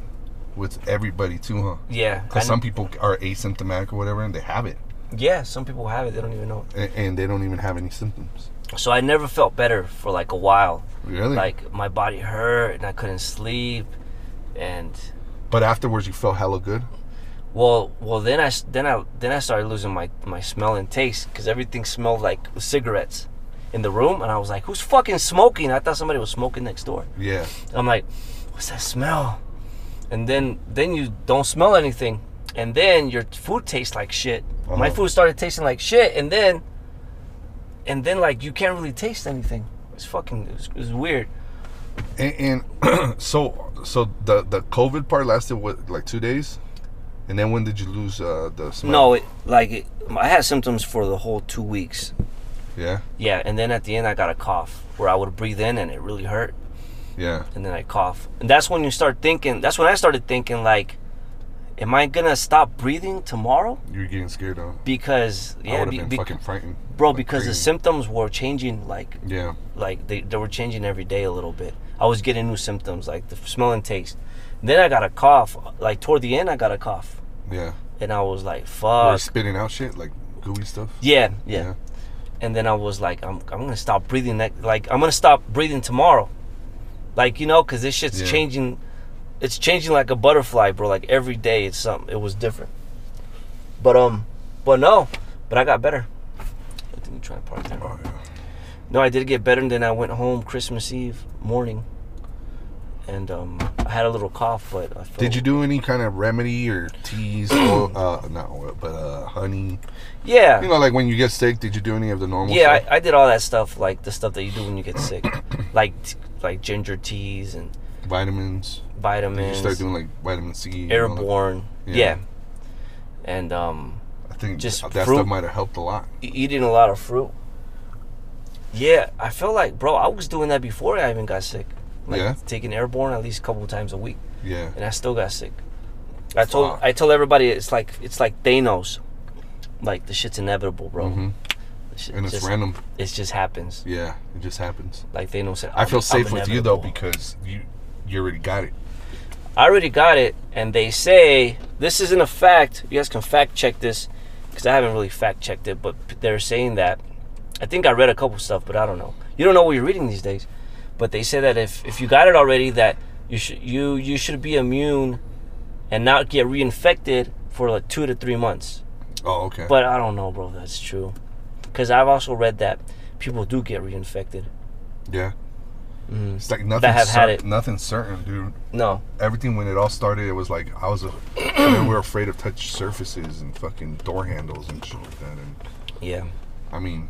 F: with everybody too, huh?
D: yeah, I
F: Because
D: kn-
F: some people are asymptomatic or whatever, and they have it,
D: yeah, some people have it. They don't even know.
F: and, and they don't even have any symptoms.
D: so I never felt better for like a while.
F: Really?
D: Like my body hurt and I couldn't sleep, and
F: but afterwards, you feel hella good.
D: well, well then I s- then I then I started losing my my smell and taste because everything smelled like cigarettes in the room, and I was like, who's fucking smoking? I thought somebody was smoking next door.
F: Yeah.
D: I'm like, what's that smell? And then then you don't smell anything, and then your food tastes like shit. My
F: Uh-huh.
D: food started tasting like shit, and then and then like you can't really taste anything. It's fucking it's, it's weird.
F: And, and so so the the COVID part lasted what like two days. And then when did you lose uh, the smell?
D: No, it, like it, I had symptoms for the whole two weeks.
F: Yeah.
D: Yeah, and then at the end I got a cough where I would breathe in and it really hurt,
F: Yeah.
D: and then I cough, and that's when you start thinking. That's when I started thinking like, am I gonna stop breathing tomorrow?
F: You were getting scared of.
D: Because
F: I
D: yeah,
F: would have
D: be-
F: been
D: be-
F: fucking frightened.
D: bro,
F: like
D: because the
F: crazy.
D: symptoms were changing like
F: Yeah.
D: like they, they were changing every day a little bit. I was getting new symptoms like the smell and taste. Then I got a cough. Like toward the end, I got a cough,
F: Yeah.
D: and I was like,
F: Or
D: "Fuck."
F: spitting out shit like gooey stuff.
D: Uh, Yeah, yeah, And then I was like, "I'm I'm gonna stop breathing. That, like I'm gonna stop breathing tomorrow. Like you know, cause this shit's
F: Yeah.
D: changing. It's changing like a butterfly, bro. Like every day, it's something. It was different. But um, but no, but I got better. I didn't try and park there.
F: Oh yeah.
D: No, I did get better, and then I went home Christmas Eve morning, and um, I had a little cough, but I felt,
F: Did you do any kind of remedy or teas? oil, uh, not oil, but uh, honey.
D: Yeah,
F: You know, like when you get sick, did you do any of the normal?
D: yeah,
F: stuff?
D: I, I did all that stuff, like the stuff that you do when you get sick, like t- like ginger teas and
F: Vitamins. Did you
D: vitamins,
F: start doing like vitamin C? and all that?
D: airborne,
F: Yeah.
D: yeah. and um,
F: I think
D: just
F: that that
D: fruit.
F: stuff might have helped a lot.
D: e- eating a lot of fruit. Yeah, I feel like, bro, I was doing that before I even got sick, like
F: Yeah.
D: taking airborne at least a couple times a week.
F: Yeah.
D: and I still got sick. I told
F: Fuck.
D: I told everybody it's like it's like Thanos, like the shit's inevitable, bro.
F: Mhm.
D: The shit
F: And it's
D: just,
F: random.
D: It just happens.
F: Yeah. It just happens.
D: Like Thanos said,
F: I
D: I'm-
F: feel
D: I'm
F: safe with you though
D: inevitable.
F: because you you already got it.
D: I already got it, and they say this isn't a fact. You guys can fact check this because I haven't really fact checked it, but p- they're saying that. I think I read a couple stuff, but I don't know. You don't know what you're reading these days, but they say that if if you got it already, that you should you you should be immune and not get reinfected for like two to three months.
F: Oh, okay.
D: But I don't know, bro. if That's true. Because I've also read that people do get reinfected.
F: yeah. It's like nothing.
D: have had
F: cer-
D: it.
F: Nothing certain, dude.
D: No,
F: Everything when it all started, it was like I was. A, and then we were afraid of touch surfaces and fucking door handles and shit like that. And
D: yeah.
F: I mean,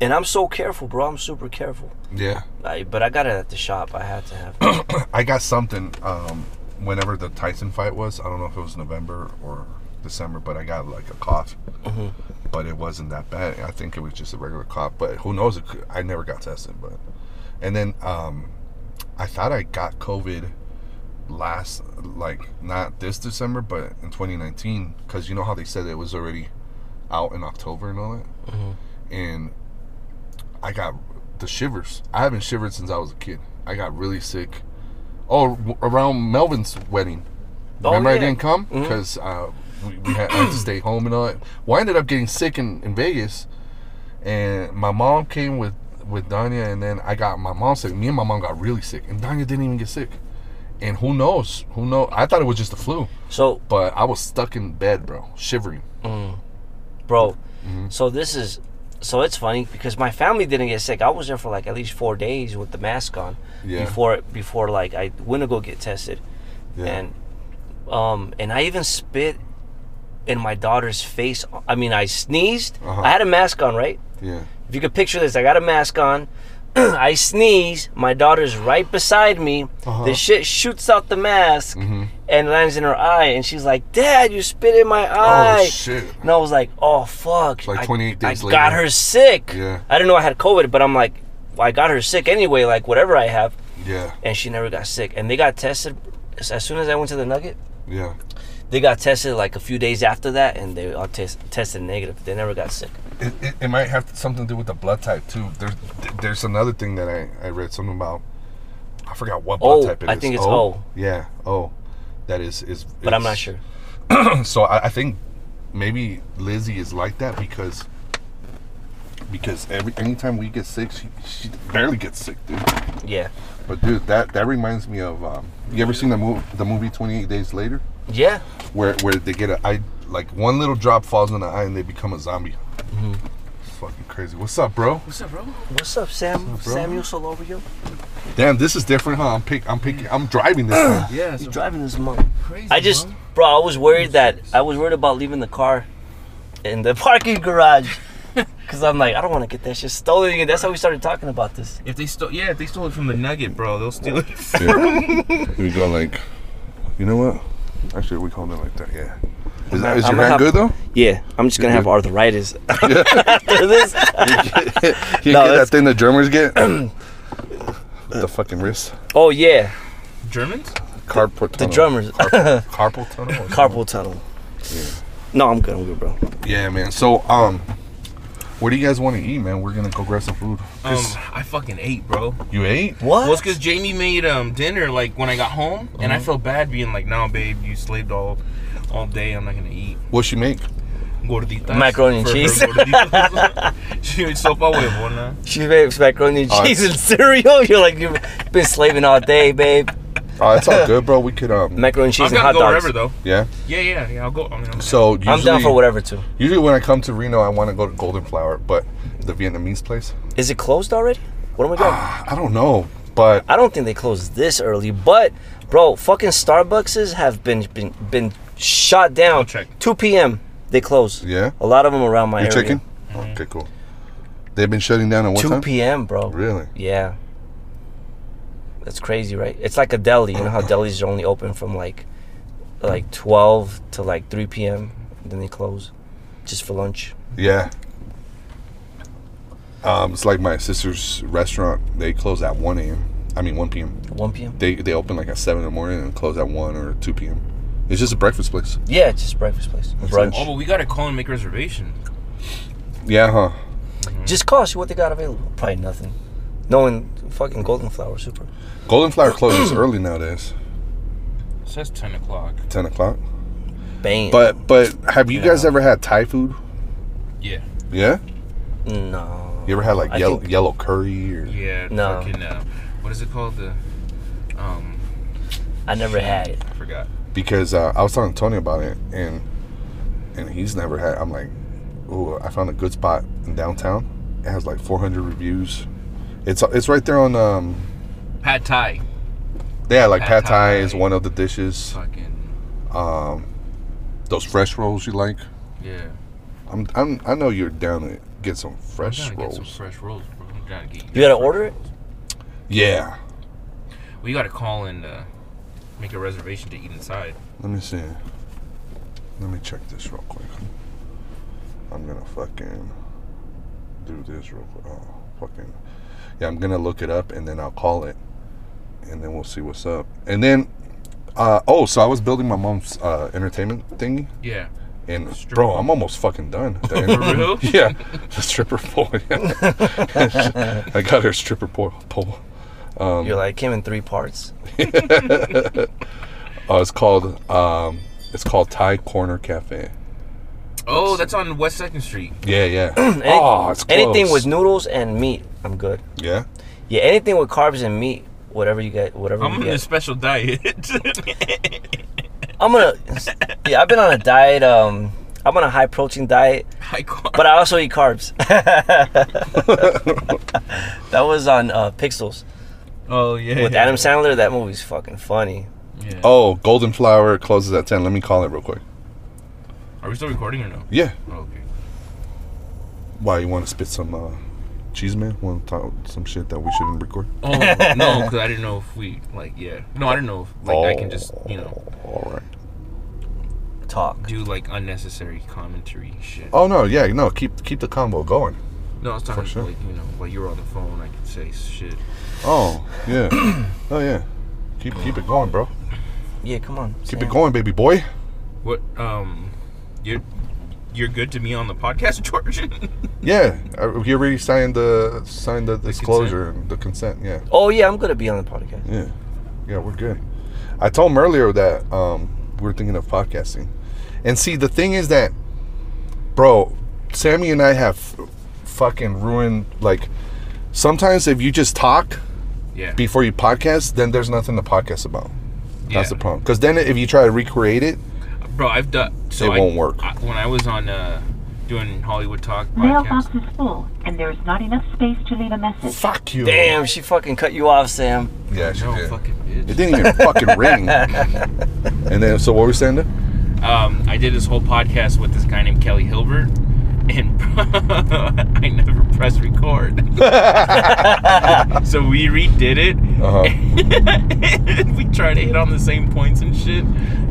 D: And I'm so careful, bro. I'm super careful.
F: yeah.
D: I, but I got it at the shop. I had to have. It.
F: I got something um, whenever the Tyson fight was. I don't know if it was November or December, but I got like a cough. But it wasn't that bad. I think it was just a regular cough. But who knows? It could, I never got tested. But and then um, I thought I got COVID last, like not this December, but in 2019, because you know how they said it was already out in October and all that.
D: Mm-hmm.
F: And I got the shivers. I haven't shivered since I was a kid. I got really sick. Oh, w- around Melvin's wedding.
D: Oh,
F: Remember I
D: yeah.
F: didn't come because uh, we, we had, I had to stay home and all that. Well, I ended up getting sick in, in Vegas, and my mom came with with Danya, and then I got my mom sick. Me and my mom got really sick, and Danya didn't even get sick. And who knows? Who know? I thought it was just the flu,
D: So,
F: but I was stuck in bed, bro, shivering.
D: bro.
F: Mm-hmm.
D: So this is. So it's funny because my family didn't get sick. I was there for like at least four days with the mask on
F: Yeah.
D: before before like I went to go get tested,
F: Yeah.
D: and um and I even spit in my daughter's face. I mean, I sneezed.
F: Uh-huh.
D: I had a mask on, right?
F: yeah.
D: If you could picture this, I got a mask on. I sneeze. My daughter's right beside me.
F: Uh-huh.
D: The shit shoots out the mask
F: Mm-hmm.
D: and lands in her eye, and she's like, "Dad, you spit in my eye."
F: Oh shit.
D: And I was like, "Oh fuck!"
F: like
D: I-
F: 28 days
D: I got
F: later.
D: her sick.
F: Yeah.
D: I didn't know I had COVID, but I'm like, well, I got her sick anyway. Like whatever I have,
F: Yeah.
D: and she never got sick. And they got tested as as soon as I went to the Nugget.
F: Yeah.
D: They got tested like a few days after that, and they all test tested negative. They never got sick.
F: it, it, it might have something to do with the blood type too. There's there's another thing that I, I read something about. I forgot what blood
D: O.
F: type it is.
D: Oh,
F: Oh,
D: I think it's O.
F: Yeah, O. That is is.
D: But I'm
F: is-
D: not sure.
F: So I, I think maybe Lizzie is like that because because every anytime we get sick, she, she barely gets sick, dude.
D: Yeah.
F: But dude, that that reminds me of um, you ever seen the movie the movie Twenty Eight Days Later
D: Yeah.
F: where where they get a eye like one little drop falls in the eye and they become a zombie.
D: Mm-hmm.
F: Fucking crazy. What's up, bro?
D: What's up, bro? What's up, Sam?
F: bro?
D: Samuel Solorio?
F: Damn, this is different, huh? I'm pick, I'm picking, I'm driving this. one.
G: Yeah,
D: He's
G: so
D: driving this month.
G: crazy.
D: I just,
G: bro.
D: bro, I was worried that I was worried about leaving the car in the parking garage because I'm like, I don't want to get that shit stolen again. That's how we started talking about this.
G: if they stole, yeah, if they stole it from the Nugget, bro, they'll steal it.
F: we go like, you know what? Actually, we call it like that. Yeah. Is, that,
D: gonna-
F: is
D: I'm
F: your
D: gonna
F: hand
D: have-
F: good though?
D: Yeah, I'm just gonna have arthritis after this.
F: You
D: No,
F: get that
D: that's-
F: thing the drummers get? the fucking wrist.
D: Oh yeah,
E: Germans?
F: Carpal tunnel.
D: the drummers,
F: Carpal tunnel.
D: carpal tunnel. No, I'm good. I'm good, bro.
F: Yeah, man. So, um, what do you guys want to eat, man? We're gonna go grab some food.
E: Um, I fucking ate, bro.
F: You ate?
D: What?
E: Well, it's because Jamie made um dinner like when I got home, and I felt bad being like, "No, babe, you slaved all, all day. I'm not gonna eat
F: What'd she make?
E: gorditas,
D: Macaroni and
E: for her
D: cheese.
E: gorditas." she made sopa huevo, nah.
D: She makes macaroni and
F: Oh,
D: cheese
F: it's-
D: and cereal. You're like you've been slaving all day, babe.
F: Oh, it's all good, bro. We could, um,
D: Macaroni and cheese and
E: I'm gonna
D: hot
E: go
D: dogs.
E: wherever though.
F: yeah.
E: Yeah, yeah, yeah. I'll go. I mean, I'm-
F: So usually,
D: I'm down for whatever too.
F: usually when I come to Reno, I want to go to Golden Flower, but the Vietnamese place.
D: Is it closed already? What am I doing?
F: I don't know, but
D: I don't think they closed this early, but bro, fucking Starbuckses have been been, been shot down.
E: check.
D: 2 p.m. They close.
F: Yeah?
D: A lot of them around my
F: you
D: area.
F: chicken? Okay, cool. They've been shutting down at what
D: 2
F: time?
D: p.m., bro.
F: Really?
D: Yeah. That's crazy, right? It's like a deli. You know how delis are only open from like like 12 to like 3 p.m. Then they close just for lunch.
F: Yeah. Um, it's like my sister's restaurant. They close at 1 a.m. I mean 1 p.m.
D: 1 p.m.
F: They they open like at 7 in the morning and close at 1 or 2 p.m. It's just a breakfast place.
D: Yeah, it's just breakfast place. Brunch.
E: oh, but we gotta call and make reservations.
F: Yeah, huh?
D: Just cost you what they got available. Probably nothing. Knowing fucking Golden Flower Super.
F: Golden Flower closes early nowadays,
E: It says ten o'clock.
F: 10 o'clock.
D: Bang.
F: But but have you guys ever had Thai food?
E: Yeah,
F: Yeah.
D: no.
F: You ever had like
D: I
F: yellow,
D: think-
F: yellow curry or
E: yeah.
D: No.
E: Fucking, uh, what is it called? The um,
D: I never had it.
E: I forgot.
F: because uh, I was talking to Tony about it, and and he's never had. I'm like, oh, I found a good spot in downtown. It has like 400 reviews. It's uh, it's right there on um
E: Pad Thai.
F: yeah like pad,
E: Pad
F: thai,
E: Thai.
F: is one of the dishes. Um,
E: Fucking
F: Those fresh rolls you like.
E: yeah.
F: I'm, I'm I know you're down to get some
E: I'm
F: fresh
E: trying to get
F: rolls.
E: some fresh rolls, bro. I'm trying to get
D: You gotta order it?
F: yeah.
E: We gotta call and uh, make a reservation to eat inside.
F: Let me see. Let me check this real quick. I'm gonna fucking do this real quick. Oh, fucking. Yeah, I'm gonna look it up and then I'll call it, and then we'll see what's up. And then, uh, oh, so I was building my mom's uh, entertainment thingy,
E: Yeah.
F: and
E: Stripper
F: bro,
E: pole.
F: I'm almost fucking done. The
E: For
F: enter-
E: real?
F: yeah, the stripper pole. I got her stripper pole. pole. Um,
D: You're like came in three parts.
F: Uh, it's called um, it's called Thai Corner Cafe.
E: Oh, that's on West Second Street.
F: Yeah, yeah.
D: Any-
F: oh, it's close.
D: Anything with noodles and meat, I'm good.
F: Yeah.
D: Yeah, anything with carbs and meat, whatever you get, whatever
E: I'm
D: you
E: on
D: get.
E: a special diet.
D: I'm gonna. Yeah, I've been on a diet. Um, I'm on a high protein diet,
E: High carb.
D: but I also eat carbs. that was on uh, Pixels
E: oh yeah.
D: with
E: yeah.
D: Adam Sandler. That movie's fucking funny.
E: Yeah.
F: Oh, Golden Flower closes at 10. Let me call it real quick.
E: Are we still recording or no?
F: Yeah.
E: Oh, okay.
F: Why, you want to spit some uh, cheese, man? Want to talk some shit that we shouldn't record?
E: Oh no, because I didn't know if we like yeah. No, I didn't know if like I can just you know
F: All right.
D: Talk.
E: do like unnecessary commentary shit.
F: Oh, no. Yeah, no. Keep keep the combo going.
E: no, I was talking
F: sure.
E: like you know like you were on the phone. I could say shit.
F: Oh, yeah. oh, yeah. Keep keep it going, bro.
D: Yeah, come on.
F: Keep
D: Sam.
F: it going, baby boy.
E: What um, you're you're good to me on the podcast, George.
F: Yeah. uh, You already signed the signed the disclosure and the consent. Yeah.
D: Oh yeah, I'm gonna be on the podcast.
F: Yeah. Yeah, we're good. I told him earlier that um, we were thinking of podcasting. And see, the thing is that, bro, Sammy and I have f- fucking ruined, like, sometimes if you just talk
E: yeah.
F: before you podcast, then there's nothing to podcast about.
E: Yeah.
F: That's the problem. Because then if you try to recreate it,
E: Bro, I've done. So
F: It
E: I-
F: won't work.
E: I, when I was on uh, doing Hollywood Talk
H: Mailbox
E: podcast,
H: is full, and there is not enough space to leave a message.
F: fuck you.
D: Damn, she fucking cut you off, Sam.
F: Yeah, she
E: no
F: did.
E: Oh, fucking
F: It
E: bitch.
F: didn't even fucking ring. And then, so what were we saying? there?
E: Um, I did this whole podcast with this guy named Kelly Hilbert, and bro, I never pressed record. so we redid it.
F: Uh-huh.
E: we tried to hit on the same points and shit.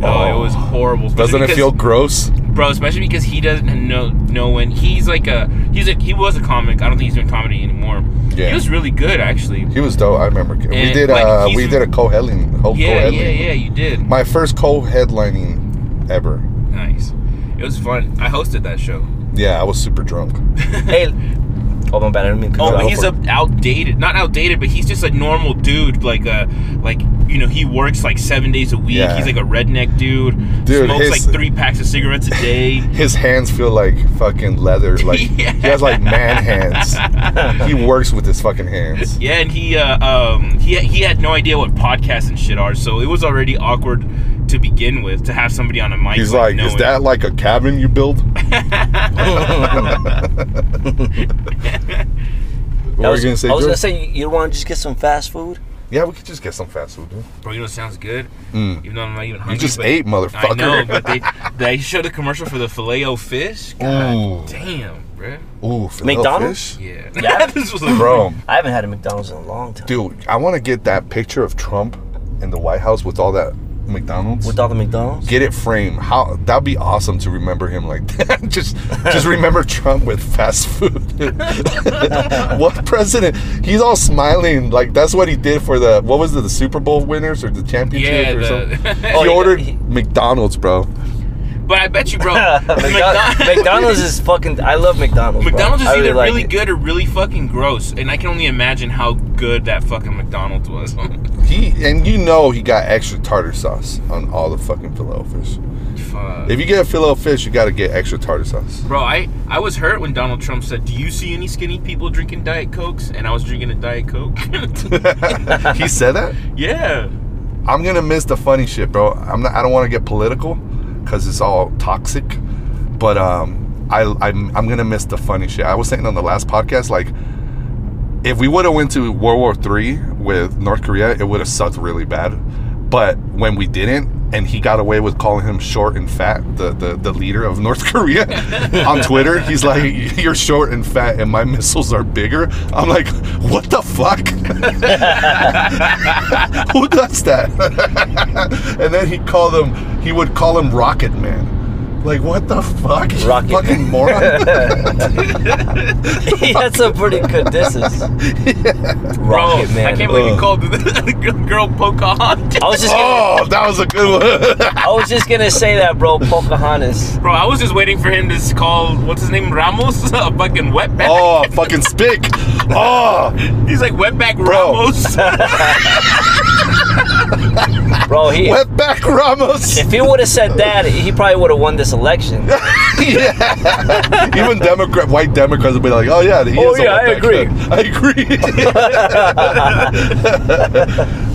E: Oh, it was horrible.
F: Doesn't
E: especially
F: it
E: because-
F: feel gross?
E: bro? Especially because he doesn't know know when he's like a he's a he was a comic. I don't think he's doing comedy anymore.
F: Yeah.
E: he was really good actually.
F: He was dope. I remember. We
E: And,
F: did
E: like,
F: uh,
E: he's-
F: we did a co-headlining. co-
E: Yeah,
F: co-headlining.
E: yeah, yeah. You did
F: My first co-headlining ever.
E: nice. It was fun. I hosted that show.
F: Yeah, I was super drunk.
D: Hey, oh my bad, I didn't mean to cut
E: Oh,
D: you
E: but
D: off.
E: he's a outdated, not outdated, but he's just a normal dude. Like a, like you know, he works like seven days a week.
F: Yeah.
E: He's like a redneck dude.
F: Dude,
E: smokes
F: his-
E: like three packs of cigarettes a day.
F: His hands feel like fucking leather. Like he has like man hands. he works with his fucking hands.
E: yeah, and he, uh, um, he he had no idea what podcasts and shit are, so it was already awkward to begin with to have somebody on a mic.
F: He's like, is
E: knowing."
F: that like a cabin you build? what
D: I
F: were
D: was,
F: you gonna say?
D: I was
F: Joe?
D: gonna say you, you want to just get some fast food.
F: yeah, we could just get some fast food. Dude.
E: Bro, you know, it sounds good. Even though I'm not even hungry.
F: Mm. just
E: but-
F: ate, motherfucker.
E: I know, but they they showed a commercial for the filet o fish.
F: Ooh,
E: Damn, bro.
F: ooh, filet
D: McDonald's?
F: fish?
E: Yeah.
D: Yeah.
E: this was
F: bro.
D: I haven't had a McDonald's in a long time.
F: Dude, I want to get that picture of Trump in the White House with all that McDonald's.
D: With all the McDonald's,
F: get it framed. How that'd be awesome to remember him like that. just just remember Trump with fast food. what president? He's all smiling like that's what he did for the what was it the Super Bowl winners or the championship
E: Yeah,
F: or
E: the-
F: something.
E: Oh,
F: he
D: he-
F: ordered
D: he-
F: McDonald's, bro.
E: But I bet you, bro.
D: McDonald's, McDonald's is fucking. I love McDonald's. bro.
E: McDonald's is
D: I
E: either
D: like
E: really
D: it.
E: good or really fucking gross, and I can only imagine how good that fucking McDonald's was.
F: He and you know he got extra tartar sauce on all the fucking filet fish.
E: Fuck.
F: If you get a filet fish, you got to get extra tartar sauce.
E: Bro, I, I was hurt when Donald Trump said, "Do you see any skinny people drinking Diet Cokes?" And I was drinking a Diet Coke.
F: he said that.
E: yeah.
F: I'm gonna miss the funny shit, bro. I'm not. I don't want to get political, cause it's all toxic. But um, I I'm, I'm gonna miss the funny shit. I was saying on the last podcast, like, if we would have went to World War Three with North Korea, it would have sucked really bad. But when we didn't, and he got away with calling him short and fat, the the, the leader of North Korea on Twitter, he's like, "You're short and fat, and my missiles are bigger." I'm like, "What the fuck?" Who does that? and then he called him. He would call him Rocket Man. Like what the fuck? you
D: Rocket
F: fucking moron.
D: he had some pretty good disses.
E: Bro,
D: Rocket man.
E: I can't believe you
F: Ugh.
E: called the, the girl Pocahontas.
D: I was just gonna,
F: oh, that was a good one.
D: I was just gonna say that, bro. Pocahontas.
E: Bro, I was just waiting for him to s- call what's his name Ramos a fucking wetback.
F: oh, fucking spick. Oh,
E: He's like wetback
F: Bro.
E: Ramos.
D: Bro, he.
F: wet back Ramos.
D: If he would have said that, he probably would have won this election.
F: yeah. Even Democrat, white Democrats would be like, oh yeah, he
D: Oh,
F: is a
D: yeah, I
F: wetback
D: agree.
F: man." I agree.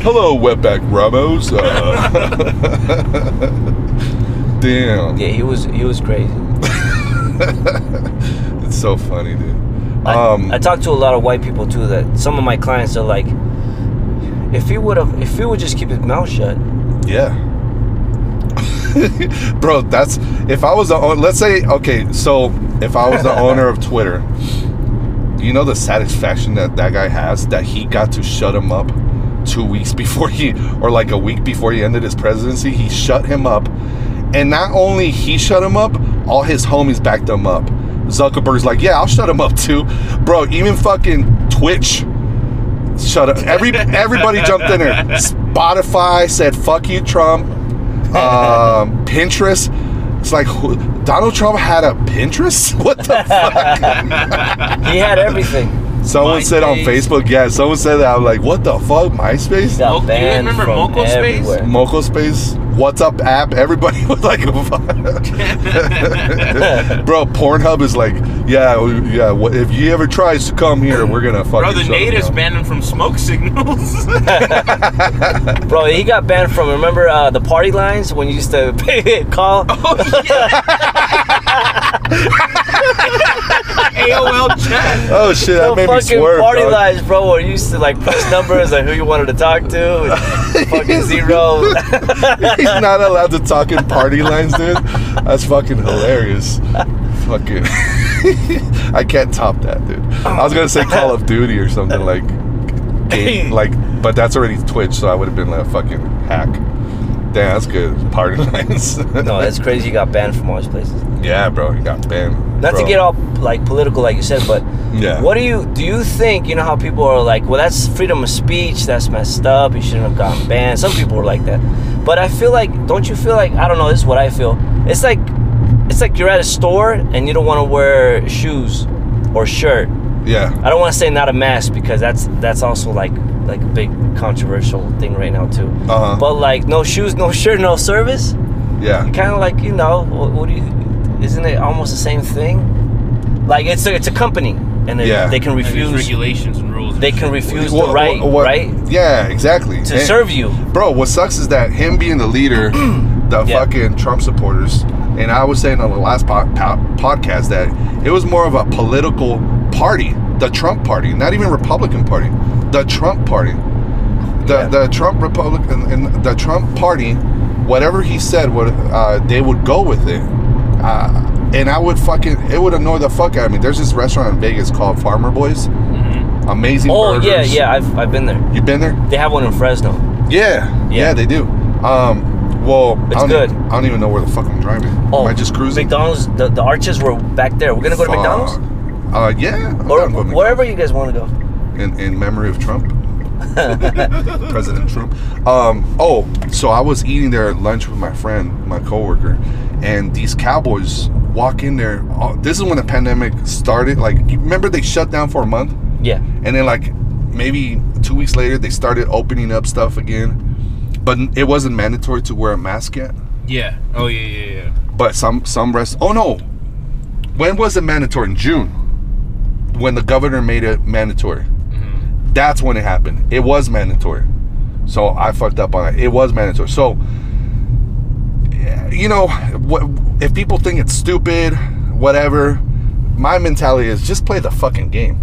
F: Hello, wetback Ramos. Uh, Damn,
D: Yeah, he was he was crazy.
F: it's so funny, dude.
D: I talk to a lot of white people too. That some of my clients are like, if he would have, if he would just keep his mouth shut,
F: Yeah. Bro, that's if I was the owner. Let's say okay, so if I was the owner of Twitter, you know the satisfaction that that guy has that he got to shut him up two weeks before he, or like a week before he ended his presidency, he shut him up, and not only he shut him up, all his homies backed him up. Zuckerberg's like, yeah, I'll shut him up too, bro. Even fucking Twitch shut up. Every everybody jumped in there. Spotify said, "Fuck you, Trump." Um, Pinterest. It's like who, Donald Trump had a Pinterest. What the fuck?
D: he had everything.
F: Someone said on
E: MySpace.
F: Facebook. Yeah, someone said that. I'm like, what the fuck? MySpace,
D: He got
E: Mo- do you
D: banned
E: remember
D: from
E: Moco Space?
D: everywhere.
F: Moco Space, What's Up app. Everybody was like, bro, Pornhub is like, yeah, yeah. What, if he ever tries to come here, we're gonna fucking.
E: Bro, the
F: shut him
E: natives
F: down.
E: banned him from smoke signals.
D: Bro, he got banned from. Remember uh, the party lines when you used to call?
E: AOL chat.
F: Oh shit, that
D: the
F: made me
D: fucking
F: swerve.
D: party
F: dog.
D: lines, bro, where you used to like press numbers and who you wanted to talk to, and fucking zero.
F: He's not allowed to talk in party lines, dude. That's fucking hilarious. fucking. I can't top that, dude. I was gonna say Call of Duty or something like, game, like, but that's already Twitch, so I would have been like fucking hack. Damn, that's good. Party lines.
D: No, that's crazy. You got banned from all these places.
F: yeah, bro, you got banned.
D: Not
F: bro.
D: to get all like political, like you said, but
F: Yeah.
D: what do you do? You think you know how people are like? Well, that's freedom of speech. That's messed up. You shouldn't have gotten banned. Some people are like that, but I feel like don't you feel like I don't know. This is what I feel. It's like it's like you're at a store and you don't want to wear shoes or shirt.
F: Yeah,
D: I don't want to say not a mask because that's that's also like like a big controversial thing right now too.
F: Uh-huh.
D: But like no shoes, no shirt, no service
F: yeah.
D: kind of like you know what, what do you isn't it almost the same thing like it's a, it's a company and they,
F: Yeah.
D: they can
G: Like, there's
D: refuse
G: regulations and rules. and
D: they
G: shit.
D: can refuse
F: Wha-
D: the
F: wha-
D: right
F: what- Eh?
D: right
F: Yeah, exactly.
D: to
F: And-
D: serve you
F: Bro, what sucks is that him being the leader, the
D: Yeah.
F: fucking Trump supporters, and I was saying on the last po- po- podcast that it was more of a political party, the Trump party, not even Republican party, the Trump party,
D: Yeah.
F: the the Trump Republican and the Trump party, whatever he said, would uh, they would go with it. Uh, and I would fucking it would annoy the fuck out of me. There's this restaurant in Vegas called Farmer Boys, amazing.
D: oh
F: burgers.
D: yeah yeah I've, I've been there
F: You been there?
D: they have one in Fresno
F: Yeah, yeah,
D: Yeah.
F: they do. Um, well,
D: It's
F: I don't
D: good.
F: e- I don't even know where the fuck I'm driving.
D: oh
F: Am I just cruising?
D: McDonald's the, the arches were back there we're gonna go to
F: Fuck.
D: McDonald's
F: Uh, yeah. I'm
D: or
F: down to go to
D: wherever you guys want to go
F: McDonald's. in, in memory of Trump, President Trump. Um, oh, so I was eating there at lunch with my friend, my coworker, and these cowboys walk in there. Oh, this is when the pandemic started. Like, you remember they shut down for a month?
D: yeah
F: and then like maybe two weeks later they started opening up stuff again but it wasn't mandatory to wear a mask yet
G: Yeah. Oh yeah, yeah, yeah.
F: but some some rest oh no when was it mandatory in june when the governor made it mandatory that's when it happened it was mandatory so i fucked up on it it was mandatory so yeah, you know what if people think it's stupid whatever my mentality is just play the fucking game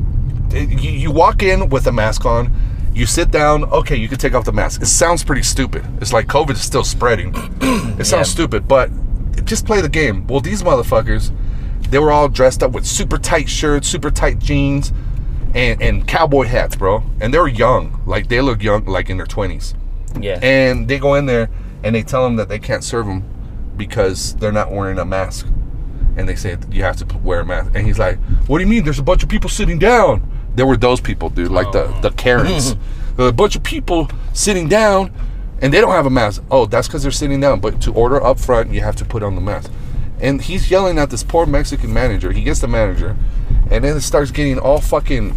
F: you, you walk in with a mask on you sit down okay you can take off the mask it sounds pretty stupid it's like covid is still spreading it sounds
D: Yeah.
F: stupid but just play the game well these motherfuckers they were all dressed up with super tight shirts super tight jeans and, and cowboy hats bro and they were young like they look young like in their 20s
D: yeah
F: and they go in there and they tell them that they can't serve them because they're not wearing a mask. And they say you have to p- wear a mask. And he's like, "What do you mean? There's a bunch of people sitting down." There were those people, dude, like the the Karens. there were a bunch of people sitting down, and they don't have a mask. Oh, that's because they're sitting down. But to order up front, you have to put on the mask. And he's yelling at this poor Mexican manager. He gets the manager, and then it starts getting all fucking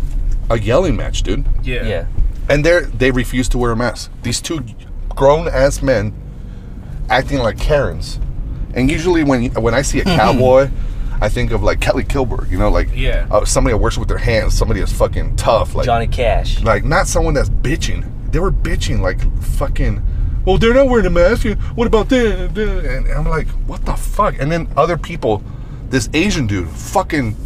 F: a yelling match, dude
G: Yeah.
D: yeah
F: and they they refuse to wear a mask. These two grown ass men acting like Karens. And usually when when I see a cowboy, I think of like Kelly Kilberg, you know, like
G: Yeah.
F: uh, somebody that works with their hands, somebody that's fucking tough, like
D: Johnny Cash
F: like not someone that's bitching. They were bitching like fucking. Well, they're not wearing a mask. What about that? And I'm like, what the fuck? And then other people, this Asian dude, fucking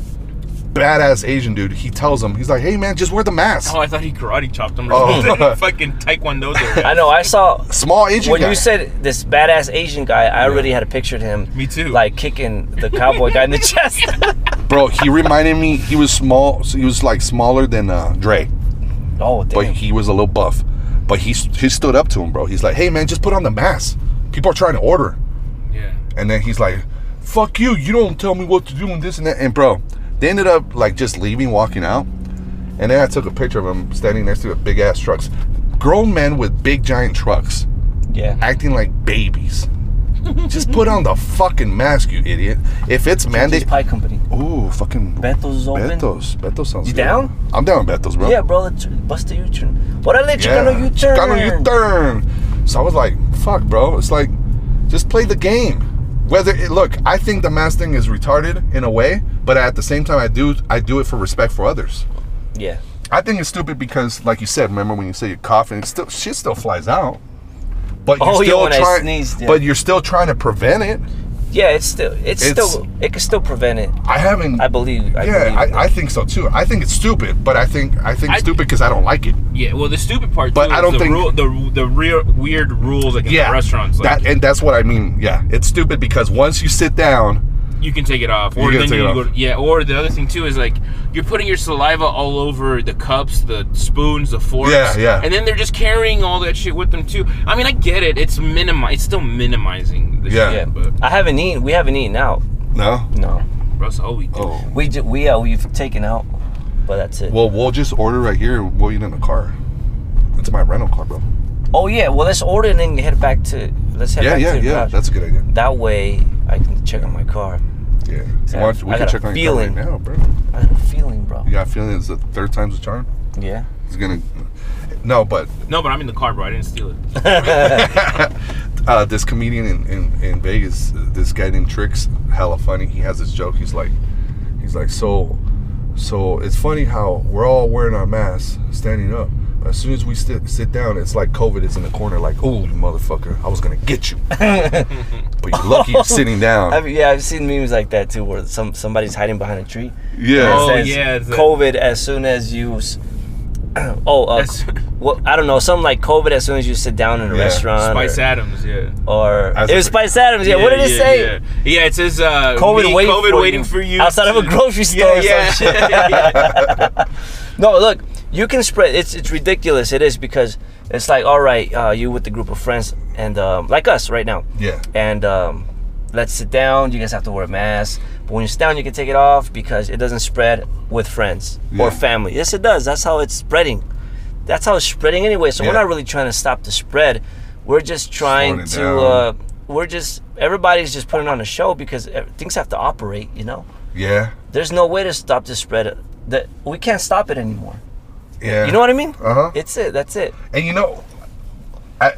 F: badass Asian dude, he tells them, he's like, hey man, just wear the mask.
G: Oh, I thought he karate chopped him.
F: Oh.
G: Or something. fucking taekwondo there.
D: I know I saw
F: Small Asian
D: when
F: guy.
D: you said this badass Asian guy I already had a picture of him
G: Me too.
D: like kicking the cowboy guy in the chest
F: Bro, he reminded me. He was small. So he was like smaller than uh, Dre,
D: oh damn
F: but he was a little buff. But he s- he stood up to him, bro. He's like, "Hey, man, just put on the mask. People are trying to order."
G: Yeah.
F: And then he's like, "Fuck you! You don't tell me what to do and this and that." And bro, they ended up like just leaving, walking out. And then I took a picture of him standing next to the big ass trucks, grown men with big giant trucks
D: yeah
F: acting like babies. just put on the fucking mask, you idiot. If it's
D: Andy's
F: mandate,
D: Pie Company.
F: ooh, fucking
D: Beto's is open.
F: Betos. Betos sounds
D: You
F: good.
D: down?
F: I'm down with Betos, bro.
D: Yeah, bro, let's bust a U-turn. What I let you yeah. U turn?
F: Chicano U-turn. So I was like, fuck, bro. It's like, just play the game. Whether it, look, I think the mask thing is retarded in a way, but at the same time, I do I do it for respect for others.
D: Yeah,
F: I think it's stupid because, like you said, remember when you say you're coughing, it's still shit still flies out. But you're
D: Oh, yeah,
F: still
D: when I
F: trying,
D: sneezed, yeah.
F: but you're still trying to prevent it.
D: yeah. It's still, it's,
F: It's-
D: still, it can still prevent it.
F: I haven't.
D: I believe. I
F: yeah,
D: believe in
F: I, I
D: it.
F: think so too. I think it's stupid, but I think I think
G: I-
F: stupid because I don't like it.
G: Yeah. Well, the stupid part.
F: But
G: too,
F: I
G: is
F: don't
G: the
F: think-
G: rule, the the real weird rules like in the restaurants. Like,
F: that and that's what I mean. Yeah, it's stupid because once you sit down,
G: you can take it off.
F: You
G: Or
F: gotta
G: then
F: take
G: you
F: it
G: go
F: off.
G: yeah, or the other thing too is like you're putting your saliva all over the cups, the spoons, the forks.
F: Yeah, yeah.
G: And then they're just carrying all that shit with them too. I mean I get it, it's minimi it's still minimizing the
F: Yeah.
G: shit, but
D: I haven't eaten. We haven't eaten out.
F: No.
D: No,
G: Russ, all we do.
F: Oh.
D: we ju- we uh, we've taken out, but that's it.
F: Well, we'll just order right here. and We'll eat in the car. It's my rental car, bro.
D: oh yeah. Well, let's order and then head back to. Let's head
F: Yeah,
D: back
F: yeah,
D: to the
F: yeah.
D: garage.
F: That's a good idea.
D: that way I can check on my car.
F: Yeah.
D: Yeah,
F: Why don't- we
D: I
F: can
D: got a
F: check on your car right
D: feeling.
F: now, bro.
D: I have a feeling, bro.
F: You got a feeling it's the third time's a charm.
D: Yeah.
F: It's gonna. No, but
G: No, but I'm in the car, bro. I didn't steal it.
D: Oh,
F: uh, this comedian in, in, in Vegas, uh, this guy named Tricks, hella funny. He has this joke. He's like, he's like, so, so it's funny how we're all wearing our masks standing up. But as soon as we sit, sit down, it's like COVID is in the corner. Like, oh, you motherfucker, I was gonna get you. but you're lucky you're sitting down.
D: I've, yeah, I've seen memes like that too, where some somebody's hiding behind a tree.
F: yeah.
G: Oh,
D: It says,
G: yeah, it's a-
D: COVID as soon as you. s- oh, uh,
G: That's-
D: well, I don't know. Something like COVID as soon as you sit down in a
F: Yeah.
D: restaurant.
G: Spice
D: or,
G: Adams, yeah.
D: or
F: As
D: it
F: a-
D: was Spice Adams. Yeah, what did it say?
G: Yeah, yeah it says uh,
D: COVID,
G: me-
D: waiting,
G: COVID
D: for
G: waiting
D: you.
G: for you
D: outside of a
G: to-
D: grocery store.
G: Yeah,
D: or
G: yeah.
D: Some shit. No, look, you can spread. It's it's ridiculous. It is because it's like all right, uh, you with the group of friends and um, like us right now.
F: Yeah.
D: And um, let's sit down. You guys have to wear a mask, but when you sit down, you can take it off because it doesn't spread with friends
F: Yeah.
D: or family. Yes, it does. That's how it's spreading. That's how it's spreading anyway. So we're
F: Yeah.
D: not really trying to stop the spread. We're just trying
F: Slowing
D: to.
F: it down.
D: Uh, we're just everybody's just putting on a show because eh, things have to operate. You know,
F: Yeah.
D: there's no way to stop the spread. uh, That we can't stop it anymore.
F: Yeah.
D: You know what I mean?
F: Uh-huh.
D: It's it. That's it.
F: And you know, I,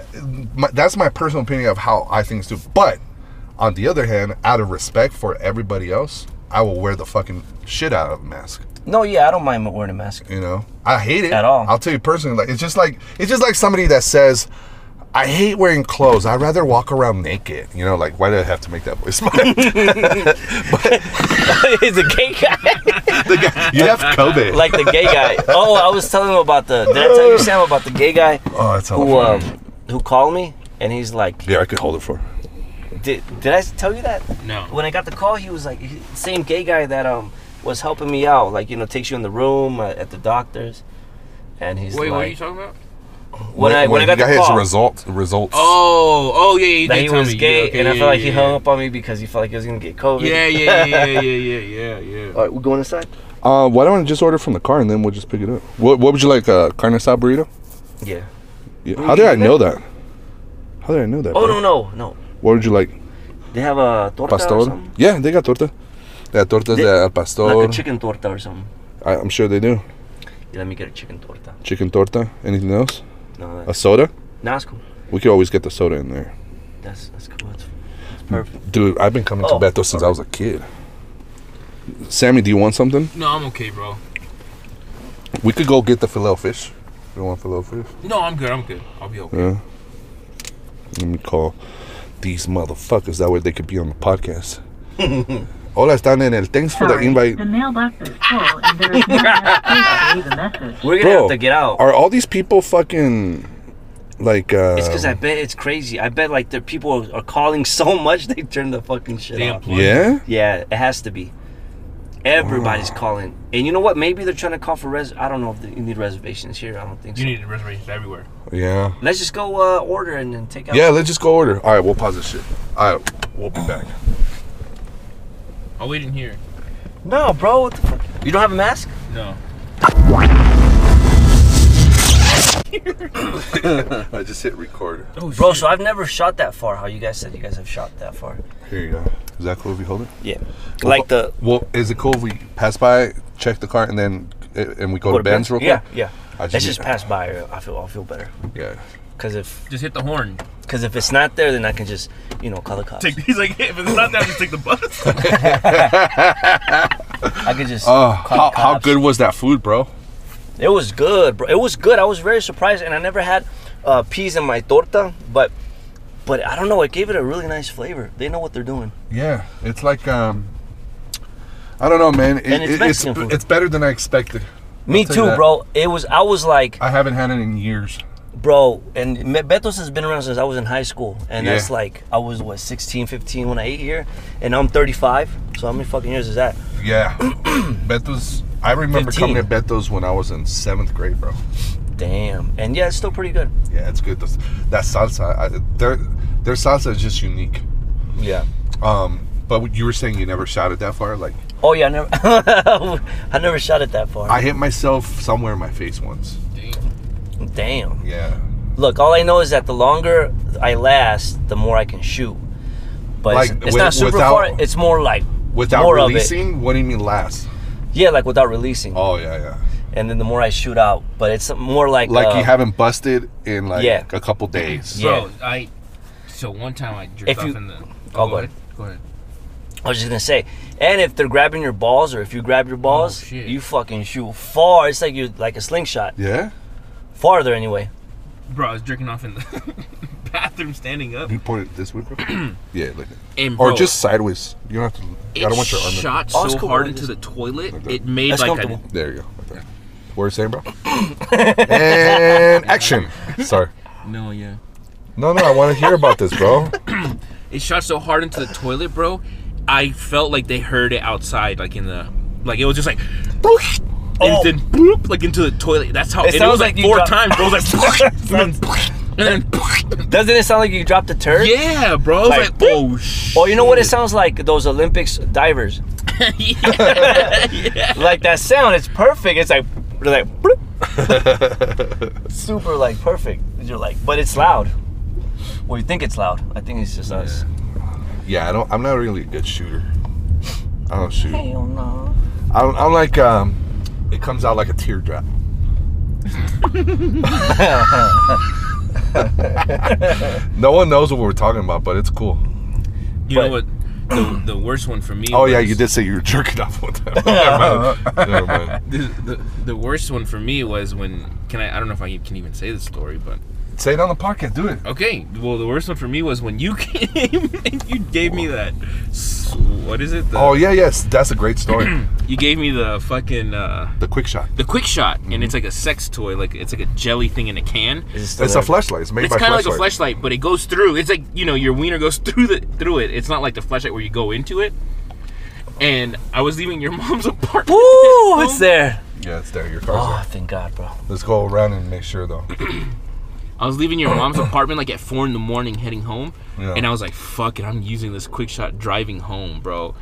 F: my, that's my personal opinion of how I think it's do. But on the other hand, out of respect for everybody else, I will wear the fucking shit out of a mask.
D: No, yeah, I don't mind wearing a mask.
F: You know, I hate it
D: At all.
F: I'll tell you personally, like it's just like it's just like somebody that says. I hate wearing clothes. I'd rather walk around naked. You know, like why do I have to make that voice? But
D: He's a gay guy.
F: the guy- you have COVID.
D: like the gay guy. Oh, I was telling him about the. Did I tell you Sam about the gay guy
F: oh, that's
D: who
F: all.
D: um who called me and he's like,
F: yeah, I could hold it for.
D: did did I tell you that?
G: No.
D: When I got the call, he was like, he- same gay guy that um was helping me out, like you know, takes you in the room uh, at the doctor's, and he's
G: Wait,
D: like,
G: what are you talking about?
D: when, I when, I got
F: he
D: the
F: his
D: call.
F: result results.
G: Oh, oh yeah, you
D: that
G: did
D: he
G: tell
D: was
G: me.
D: gay,
G: yeah, okay,
D: and I
G: yeah,
D: felt like
G: yeah,
D: he
G: yeah.
D: hung up on me because he felt like he was gonna get COVID.
G: Yeah, yeah, yeah, yeah, yeah, yeah, yeah.
D: All right, we're going inside.
F: Uh, why don't I just order from the car and then we'll just pick it up? What, what would you like? A carne asada burrito?
D: Yeah.
F: Yeah, How did I know that? How did I know that?
D: Oh no
F: bro?
D: no no.
F: What would you like?
D: They have a torta or
F: Pastor?
D: something.
F: Yeah, they got torta. They got tortas
D: They-
F: de al pastor.
D: Like a chicken torta or something.
F: I, I'm sure they do.
D: Yeah, let me get a chicken torta.
F: Chicken torta. Anything else?
D: No,
F: A
D: that's,
F: soda?
D: no, that's cool.
F: We could always get the soda in there.
D: That's that's cool. That's, that's perfect.
F: Dude, I've been coming
D: Oh.
F: to Beto since I was a kid. Sammy, do you want something?
G: No, I'm okay, bro.
F: We could go get the filet fish. You want filet fish?
G: No, I'm good. I'm good. I'll be okay.
F: Yeah. Let me call these motherfuckers. That way they could be on the podcast. Hola, están en el. Thanks for the
H: Sorry,
F: invite.
H: The mailbox is full and there is no enough space to leave a message.
D: We're gonna have to get out.
F: Are all these people fucking like uh
D: it's because I bet it's crazy. I bet like the people are, are calling so much they turn the fucking shit
G: They
D: off.
G: unplug.
F: Yeah?
D: Yeah, it has to be. Everybody's calling, and you know what? Maybe they're trying to call for res. I don't know if they, you need reservations here. I don't think so.
G: You need reservations everywhere.
F: Yeah.
D: Let's just go uh, order and then take out.
F: Yeah, let's just go order. Alright, we'll pause this shit. Alright, we'll be back.
G: I'll wait in here.
D: No, bro. What the fuck? You don't have a mask?
G: No.
F: I just hit record.
G: Oh,
D: Bro,
G: shit.
D: so I've never shot that far. How you guys said you guys have shot that far?
F: Here you go. Is that cool if you hold it?
D: Yeah. Like the
F: Well, is it cool if we pass by, check the car, and then eh, and we go, to Ben's real quick?
D: Yeah, yeah.
F: I
D: Let's
F: just need-
D: just pass by. Or I feel I feel better.
F: Yeah.
D: Cause if
G: just hit the horn.
D: cause if it's not there, then I can just you know call the cops.
G: Take. He's like, if it's not that, just take the bus.
D: I could just.
F: Oh,
D: call
F: how,
D: the
F: how
D: cops.
F: good was that food, bro?
D: It was good, bro. It was good. I was very surprised, and I never had uh, peas in my torta, but but I don't know. It gave it a really nice flavor. They know what they're doing.
F: Yeah, it's like um, I don't know, man. It,
D: And it's
F: it- it's
D: Mexican food.
F: it's better than I expected.
D: Me
F: tell you
D: too,
F: that.
D: bro. It was. I was like,
F: I haven't had it in years.
D: bro and Me- betos has been around since i was in high school and
F: Yeah.
D: that's like i was what 16 15 when i ate here and i'm 35 so how many fucking years is that
F: Yeah. Beto's. I remember
D: 15.
F: coming to Beto's when I was in seventh grade, bro.
D: damn and yeah it's still pretty good
F: Yeah, it's good. That's, that salsa, I, their their salsa is just unique.
D: yeah
F: Um, but what you were saying you never shot at that far. Like
D: oh yeah i never i never shot it that far
F: I hit myself somewhere in my face once.
D: damn
F: Yeah.
D: look all i know is that the longer i last the more i can shoot but it's-
F: Like,
D: it's,
F: wi-
D: not super
F: without-
D: far it's more like
F: Without
D: more of it.
F: releasing, what do you mean last?
D: yeah like without releasing
F: Oh yeah, yeah.
D: and then the more i shoot out but it's more like
F: Like
D: uh,
F: you haven't busted in like
D: yeah.
F: a couple days.
D: yeah
E: Bro, I. So one time I jerked
D: If
E: off
D: you-
E: in the. Oh,
D: go ahead.
E: Go ahead.
D: I was just gonna say, and if they're grabbing your balls or if you grab your balls,
E: Oh, shit.
D: you fucking shoot far. It's like you like a slingshot,
F: Yeah.
D: farther anyway.
E: Bro, I was jerking off in the bathroom standing up.
F: You point it this way, bro. yeah, like
E: And
F: or
E: bro,
F: just sideways. You don't have to.
E: it
F: I don't want your arm. in-
E: shot
D: Oh, it's
E: so
D: cool.
E: hard into the toilet,
F: that.
E: it made
D: That's
E: like a
D: comfortable.
F: There you go. Right there. What are you saying, bro? and action. Sorry.
E: no, yeah.
F: No, no, I want to hear about this, bro.
E: It shot so hard into the toilet, bro. I felt like they heard it outside, like in the, like it was just like, boop,
D: Oh.
E: and then boop, like into the toilet. That's how.
D: It
E: and it
D: sounds
E: was
D: like
E: like,
D: you
E: four
D: dropped-
E: times. Bro, it was like, and then, and then
D: Doesn't it sound like you dropped a turd?
E: yeah, bro. I was
D: Like,
E: like, oh shit.
D: Or you know what it sounds like? Those Olympics divers. Like that sound, it's perfect. It's like they're like bloop. super like perfect. You're like, but it's loud. Well, you think it's loud. I think it's just us.
F: yeah, I don't. I'm not really a good shooter. I don't shoot.
D: Hell no.
F: I'm, I'm like, um, it comes out like a teardrop. no one knows what we're talking about, but it's cool.
E: You know what? The, the worst one for me.
F: Oh yeah,
E: was-
F: you did say you were jerking off one time. Never mind. Never mind.
E: The, the, the worst one for me was when can I? I don't know if I can even say this story, but
F: Say it on the podcast. Do it.
E: okay. Well, the worst one for me was when you came and you gave me that. s- What is it? The,
F: Oh yeah, yes, that's a great story.
E: You gave me the fucking uh,
F: the quick shot.
E: the quick shot, and it's like a sex toy, like it's like a jelly thing in a can.
D: Is it still
F: It's a
D: there?
F: flashlight. It's made
E: It's
F: by
E: kind of
F: flashlight.
E: like a flashlight, but it goes through. It's like you know your wiener goes through the through it. It's not like the flashlight where you go into it. And I was leaving your mom's apartment. Oh
D: Ooh, it's there.
F: yeah, it's there. Your car's
D: Oh, thank God, bro.
F: there. Let's go around and make sure though.
E: I was leaving your mom's apartment like at four in the morning, heading home,
F: Yeah.
E: and I was like, "Fuck it, I'm using this quick shot driving home, bro."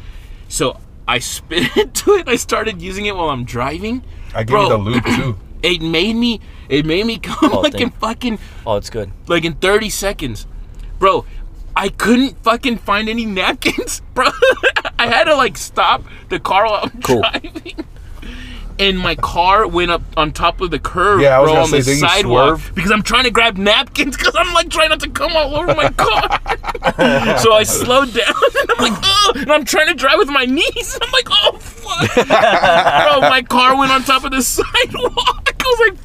E: So I spit into it. I started using it while I'm driving.
F: I gave
E: Bro.
F: you the loop too.
E: It made me. It made me come
D: Oh,
E: like in
D: thank-
E: fucking
D: Oh, it's good.
E: like in 30 seconds, bro. I couldn't fucking find any napkins, bro. I had to like stop the car while I'm
F: Cool.
E: driving. And my car went up on top of the curb,
F: Yeah, I was
E: bro,
F: gonna
E: on
F: say,
E: the
F: didn't you
E: sidewalk
F: swerve?
E: because I'm trying to grab napkins because I'm like trying not to come all over my car. so I slowed down and I'm like, oh, and I'm trying to drive with my knees. I'm like, oh fuck, bro, my car went on top of the sidewalk. I was like,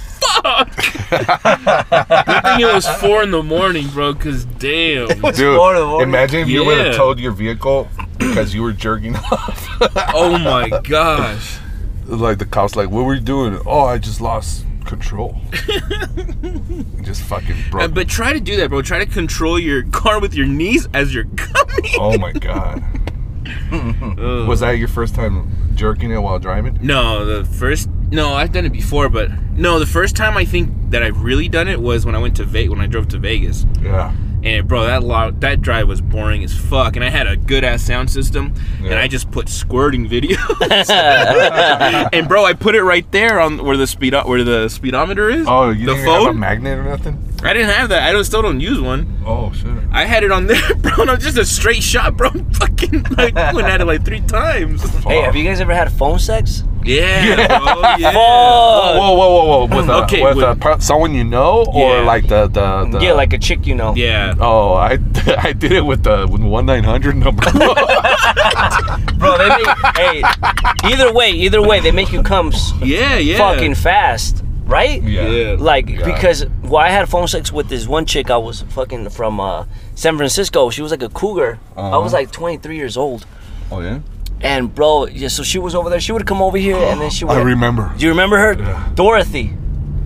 E: fuck. Good thing it was four in the morning, bro. Cause damn.
F: Dude,
D: more than one.
F: imagine if you would have
E: Yeah.
F: towed your vehicle because you were jerking off.
E: Oh my gosh.
F: like the cops, like, what were you doing? Oh, I just lost control. just fucking broke.
E: Uh, But try to do that, bro. Try to control your car with your knees as you're coming.
F: oh my god. Was that your first time jerking it while driving?
E: No, the first. No, I've done it before, but no, the first time I think that I've really done it was when I went to Vegas. When I drove to Vegas,
F: Yeah.
E: and bro, that lot, that drive was boring as fuck. And I had a good ass sound system, and
F: Yeah.
E: I just put squirting videos. and bro, I put it right there on where the speed where the speedometer is.
F: Oh, you
E: the
F: didn't
E: phone.
F: have a magnet or nothing?
E: I didn't have that. I don't, still don't use one.
F: Oh shit.
E: I had it on there, bro. No, just a straight shot, bro. Fucking, like, went at it like three times.
D: Hey, have you guys ever had phone sex?
E: Yeah, bro. Yeah.
D: Oh,
F: Whoa, whoa, whoa, whoa! With, a,
E: Okay,
F: with a,
E: with-
F: pro- someone you know, or
E: Yeah.
F: like the, the the
D: yeah, like a chick, you know.
E: Yeah.
F: Oh, I I did it with the with one nine hundred number.
D: Bro, they make, hey, either way, either way, they make you come s-
E: Yeah, yeah.
D: fucking fast, right?
E: Yeah.
D: Like
F: Yeah.
D: because well, I had phone sex with this one chick. I was fucking from uh, San Francisco. She was like a cougar. I
F: Uh-huh.
D: was like 23 years old,
F: Oh yeah.
D: and bro, yeah. So she was over there. She would come over here, and then she would.
F: I remember.
D: Do you remember her,
F: Yeah.
D: Dorothy?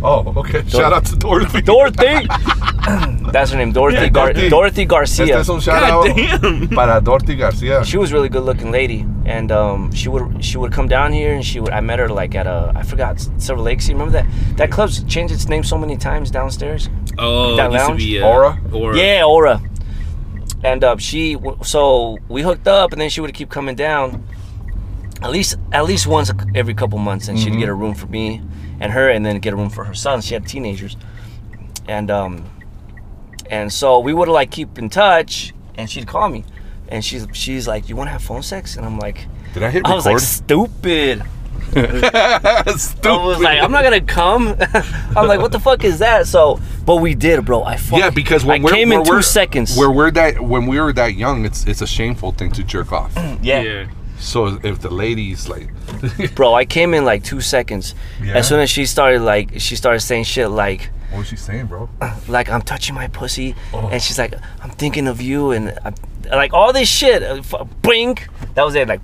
F: Oh, okay. Shout out to Dorothy.
D: Dorothy. That's her name, Dorothy.
F: Yeah,
D: Gar-
F: Dorothy.
D: Dorothy Garcia.
F: Este es un shout out para Dorothy Garcia.
D: she was a really good looking lady and um, she would she would come down here and she would I met her like at a I forgot Silver Lakes you remember that that club's changed its name so many times downstairs
E: Oh,
D: That
E: it used to
D: lounge?
E: be uh,
F: Aura?
E: Aura.
D: yeah Aura and uh, she w- so we hooked up and then she would keep coming down at least at least once every couple months and
F: Mm-hmm.
D: she'd get a room for me and her and then get a room for her son she had teenagers and um and so we would like keep in touch and she'd call me and she's she's like you want to have phone sex and I'm like
F: Did I hit
D: I
F: record?
D: was like, stupid.
F: Stupid.
D: I was like, I'm not gonna come. I'm like, what the fuck is that? So, but we did, bro. I fucking,
F: Yeah, because when
D: I
F: we're,
D: came
F: where
D: in 2
F: we're-
D: seconds.
F: Where we're that when we were that young, it's it's a shameful thing to jerk off.
D: yeah.
E: Yeah.
F: So if the ladies like,
D: bro, I came in like two seconds.
F: Yeah?
D: As soon as she started like, she started saying shit like,
F: what was she saying, bro?
D: like I'm touching my pussy,
F: Oh.
D: and she's like, I'm thinking of you, and i like all this shit. Uh, f- Blink. That was it. Like,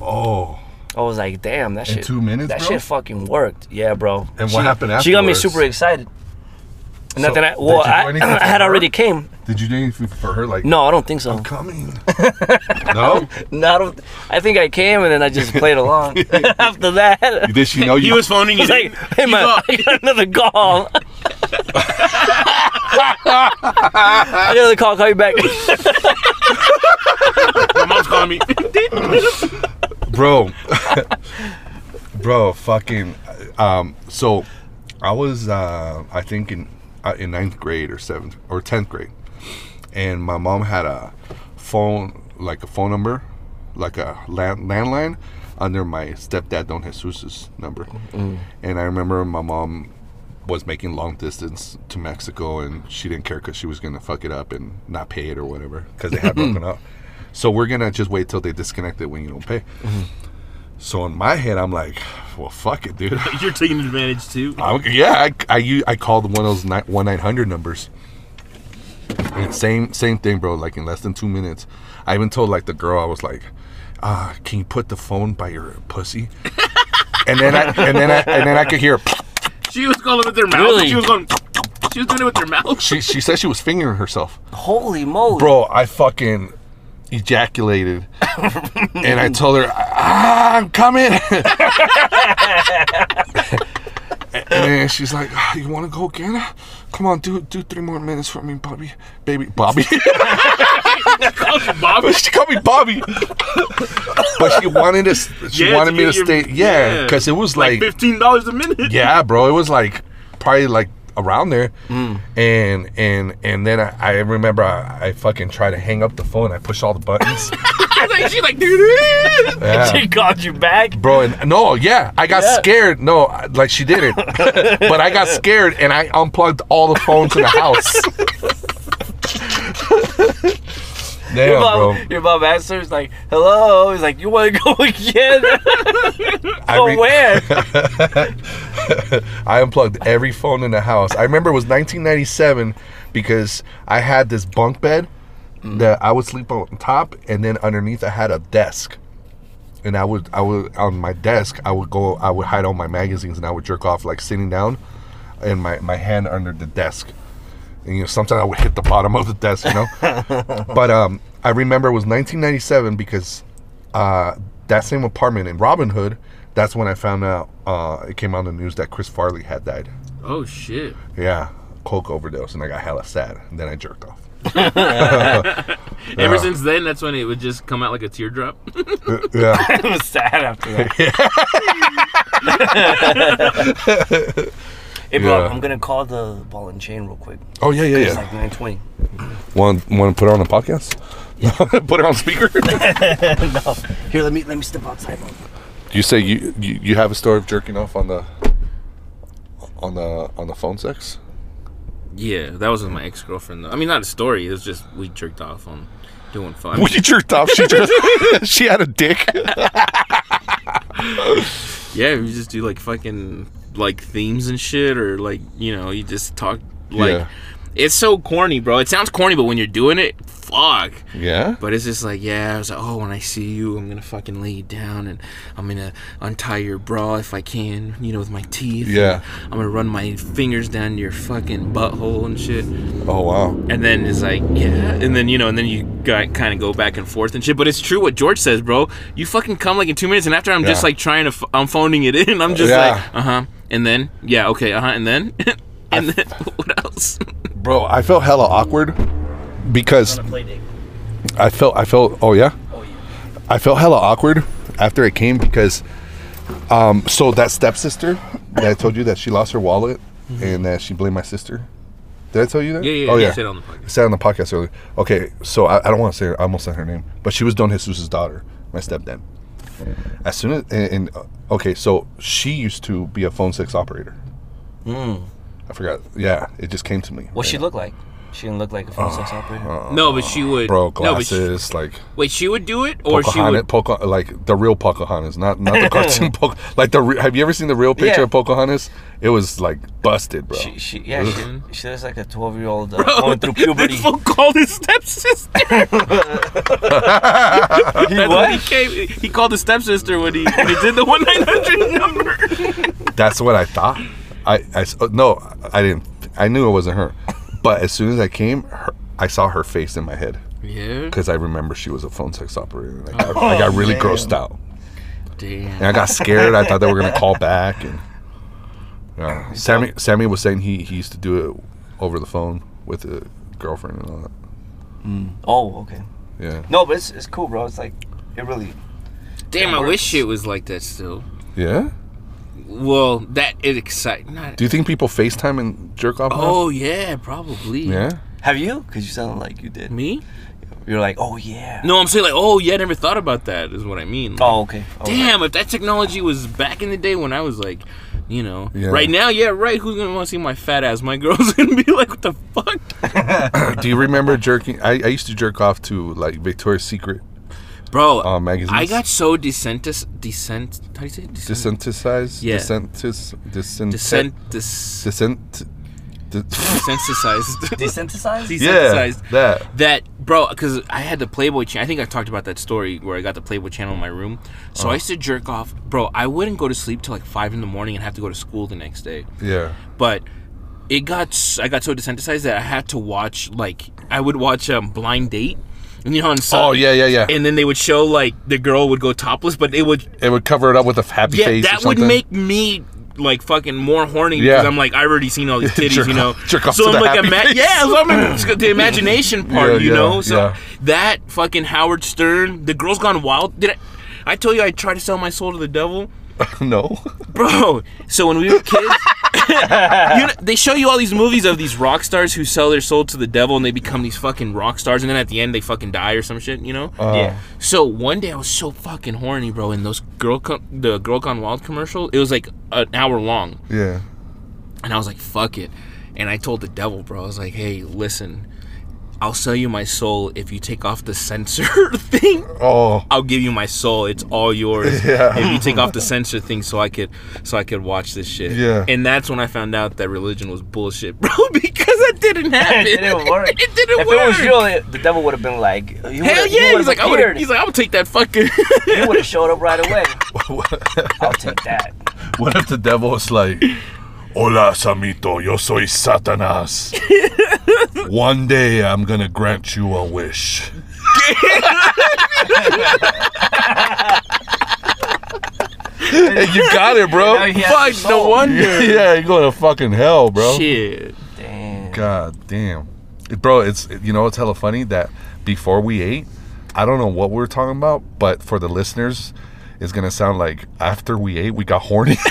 F: Oh,
D: I was like, damn, that
F: In
D: shit.
F: two minutes,
D: that
F: bro?
D: shit fucking worked. Yeah, bro.
F: And what happened
D: She got me
F: afterwards?
D: super excited.
F: So,
D: Nothing. I,
F: did
D: well,
F: you do
D: I,
F: anything
D: I had
F: for her?
D: already came.
F: did you do anything for her? Like,
D: No, I don't think so.
F: I'm coming. no.
D: No, I, don't, I think I came and then I just played along. After that, I
F: Did she know you?
G: He was phoning you.
D: was like, hey, man, I got another call. I got another call, call you back.
E: My mom's calling me.
F: bro bro fucking um so i was uh i think in uh, in ninth grade or seventh or 10th grade and my mom had a phone like a phone number like a land, landline under my stepdad don jesus's number and i remember my mom was making long distance to mexico and she didn't care because she was gonna fuck it up and not pay it or whatever because they had broken up so we're gonna just wait till they disconnect it when you don't pay so in my head i'm like well fuck it dude
E: You're taking advantage too.
F: I, yeah, I, I, u- I called one of those ni- one nine hundred numbers. And same same thing, bro. Like in less than two minutes, I even told like the girl I was like, uh, "Can you put the phone by your pussy?" and then I and then I and then I could hear.
E: She was calling with her mouth.
D: Really?
E: She was going. She was doing it with her mouth.
F: She she said she was fingering herself,
D: Holy moly.
F: bro. I fucking ejaculated, and I told her, ah, "I'm coming." and then she's like, "Ah, "You want to go again? Come on, do do three more minutes for me, Bobby, baby, Bobby."
E: Bob.
F: she called me Bobby, but she wanted to. She
E: Yeah,
F: wanted
E: to
F: me to
E: get
F: stay.
E: your-
F: Yeah,
E: yeah.
F: because it was
E: Like
F: like,
E: fifteen dollars a minute.
F: yeah, bro. It was like probably like around there,
D: Mm.
F: and and and then I, I remember I, I fucking tried to hang up the phone. I pushed all the buttons.
E: like, she like. "Doo-doo."
F: Yeah.
D: She called you back.
F: Bro, and no, yeah, I got
D: Yeah.
F: scared. No, I- like she did it, but I got scared and I unplugged all the phones in the house. Damn,
D: Your
F: bro.
D: mom, your mom answers like, "Hello." He's like, "You want to go again?
F: I,
D: go
F: re-
D: where?"
F: I unplugged every phone in the house. I remember it was 1997 because I had this bunk bed that I would sleep on top, and then underneath I had a desk. And I would, I would on my desk. I would go. I would hide all my magazines, and I would jerk off like sitting down, and my my hand under the desk. And you know, sometimes I would hit the bottom of the desk, you know. but um, I remember it was 1997 because uh, that same apartment in Robin Hood. That's when I found out. Uh, it came on the news that Chris Farley had died.
E: Oh shit.
F: Yeah, coke overdose, and I got hella sad. And then I jerked off.
E: Ever since then, that's when it would just come out like a teardrop.
F: Yeah,
D: it was sad after that. hey, bro,
F: Yeah.
D: I'm gonna call the ball and chain real quick.
F: Oh yeah, yeah,
D: It's
F: yeah.
D: like 9:20.
F: Want want to put it on a podcast? put it on speaker.
D: Here, let me let me step outside.
F: you say you, you you have a story of jerking off on the on the on the phone sex?
E: Yeah, that was with my ex girlfriend. though. I mean, not a story. It was just we jerked off on doing fun.
F: When you jerked off, she just she had a dick.
E: Yeah, we just do like fucking like themes and shit, or like you know, you just talk like
F: Yeah.
E: it's so corny, bro. It sounds corny, but when you're doing it, fuck.
F: Yeah.
E: But it's just like, yeah, I was like, oh, when I see you, I'm gonna fucking lay you down and I'm gonna untie your bra if I can, you know, with my teeth.
F: Yeah.
E: I'm gonna run my fingers down your fucking butthole and shit.
F: Oh wow.
E: And then it's like, yeah. And then, you know, and then you got, kind of go back and forth and shit. But it's true what George says, bro. You fucking come like in two minutes, and after I'm just
F: Yeah.
E: like trying to, f- I'm phoning it in. I'm just
F: Yeah.
E: like, uh huh. And then, yeah, okay, uh huh. And then, and then, what else?
F: Bro, I felt hella awkward because
D: On a play date.
F: I felt I felt oh yeah.
D: Oh yeah.
F: I felt hella awkward after it came because um so that stepsister that I told you that she lost her wallet and that she blamed my sister. Did I tell you that?
E: Yeah, yeah,
F: oh,
E: yeah,
F: yeah.
E: said on the podcast.
F: I said on the podcast earlier. Okay, so I, I don't want to say her, I almost said her name, but she was Don Jesus' daughter, my stepdad. As soon as and, and uh, okay, so she used to be a phone sex operator. I forgot. Yeah, it just came to me.
D: What she look like? She didn't look like a phone
F: Oh,
D: sex operator.
E: No, but she would.
F: Bro,
E: no, but she,
F: glasses, like
E: wait, she would do it, or she
F: Pocahontas,
E: would.
F: Poca, like the real Pocahontas, not not the cartoon Poca. Like the re- have you ever seen the real picture
D: Yeah.
F: of Pocahontas? It was like busted, bro.
D: She, she, yeah, she, she looks like a twelve-year-old uh, going through puberty.
E: This fool called his stepsister. That's when he
D: what?
E: came. He called his stepsister when he, when he did the one nine hundred number.
F: That's what I thought. I, I s- uh, no, I didn't. I knew it wasn't her, but as soon as I came, her, I saw her face in my head
E: Yeah.
F: because I remember she was a phone sex operator. And I, got, I
E: Oh,
F: got really grossed out, and I got scared. I thought they were gonna call back. And yeah. Sammy, Sammy was saying he, he used to do it over the phone with a girlfriend and all that.
D: Oh, okay.
F: Yeah,
D: No, but it's, it's cool, bro. It's like it really.
E: Damn, I wish shit was like that still.
F: yeah.
E: Well, that is exciting. Not,
F: Do you think people FaceTime and jerk off? now?
E: oh yeah, probably.
F: yeah.
D: Have you? Because you sound like you did.
E: Me?
D: You're like, oh yeah.
E: No, I'm saying like, oh yeah, I never thought about that. Is what I mean.
D: Oh okay. okay.
E: Damn, if that technology was back in the day when I was like, you know,
F: Yeah.
E: right now, yeah, right. Who's gonna want to see my fat ass? My girl's gonna be like, what the fuck?
F: Do you remember jerking? I, I used to jerk off to like Victoria's Secret
E: Bro,
F: uh, magazines.
E: I got so desentis descent. How do you say it? Descent.
F: desensitized.
E: Yeah.
F: Desentis. Desent.
E: Descent. Desensitized.
F: Desent. de-
D: Desensitized.
F: yeah.
E: Desensitized.
F: That.
E: That bro, because I had the Playboy channel. I think I talked about that story where I got the Playboy channel in my room. So
F: Uh-huh.
E: I used to jerk off, bro. I wouldn't go to sleep till like five in the morning and have to go to school the next day.
F: Yeah.
E: But it got s- I got so desensitized that I had to watch like I would watch um, Blind Date, and you know on Sun-
F: Oh yeah, yeah, yeah.
E: and then they would show like the girl would go topless, but it would
F: it would cover it up with a happy
E: Yeah,
F: face. or
E: that would
F: something.
E: make me like fucking more horny
F: Yeah.
E: because I'm like I already seen all these titties,
F: Jerk
E: you know.
F: off- jerk off
E: so
F: to
E: I'm
F: the
E: like,
F: happy face.
E: yeah, so I'm it's got the imagination part,
F: Yeah,
E: you
F: yeah,
E: know. So
F: yeah.
E: that fucking Howard Stern, the girl's gone wild. Did I? I told you I tried to sell my soul to the devil,
F: no.
E: bro. So when we were kids. you know, they show you all these movies of these rock stars who sell their soul to the devil and they become these fucking rock stars and then at the end they fucking die or some shit, you know?
D: Yeah.
E: So one day I was so fucking horny, bro, and those girl com- the Girl Gone Wild commercial, it was like an hour long,
F: Oh, Yeah.
E: and I was like, "Fuck it," and I told the devil, bro, I was like, "Hey, listen, I'll sell you my soul if you take off the censor thing.
F: Oh.
E: I'll give you my soul. It's all yours
F: Yeah.
E: if you take off the censor thing, so I could so I could watch this shit."
F: Yeah.
E: And that's when I found out that religion was bullshit, bro, because it didn't happen.
D: It didn't work.
E: It didn't
D: if
E: work.
D: it was real, it- the devil would have been like, you
E: Hell
D: would've- you
E: yeah!
D: would've
E: He's like, I
D: appeared.
E: would. He's like, I would take that fucking.
D: You would have showed up right away. I'll take that.
F: What if the devil was like, Hola, Samito, yo soy Satanas. One day I'm gonna grant you a wish. hey, you got it, bro.
E: Oh,
D: Now he has
E: Fuck,
D: his
E: no
D: soul.
E: wonder.
F: yeah, you're going to fucking hell, bro.
E: Shit.
D: Damn.
F: God damn. It- Bro, it's, you know, it's hella funny that before we ate, I don't know what we were talking about, but for the listeners, it's gonna sound like after we ate, we got horny.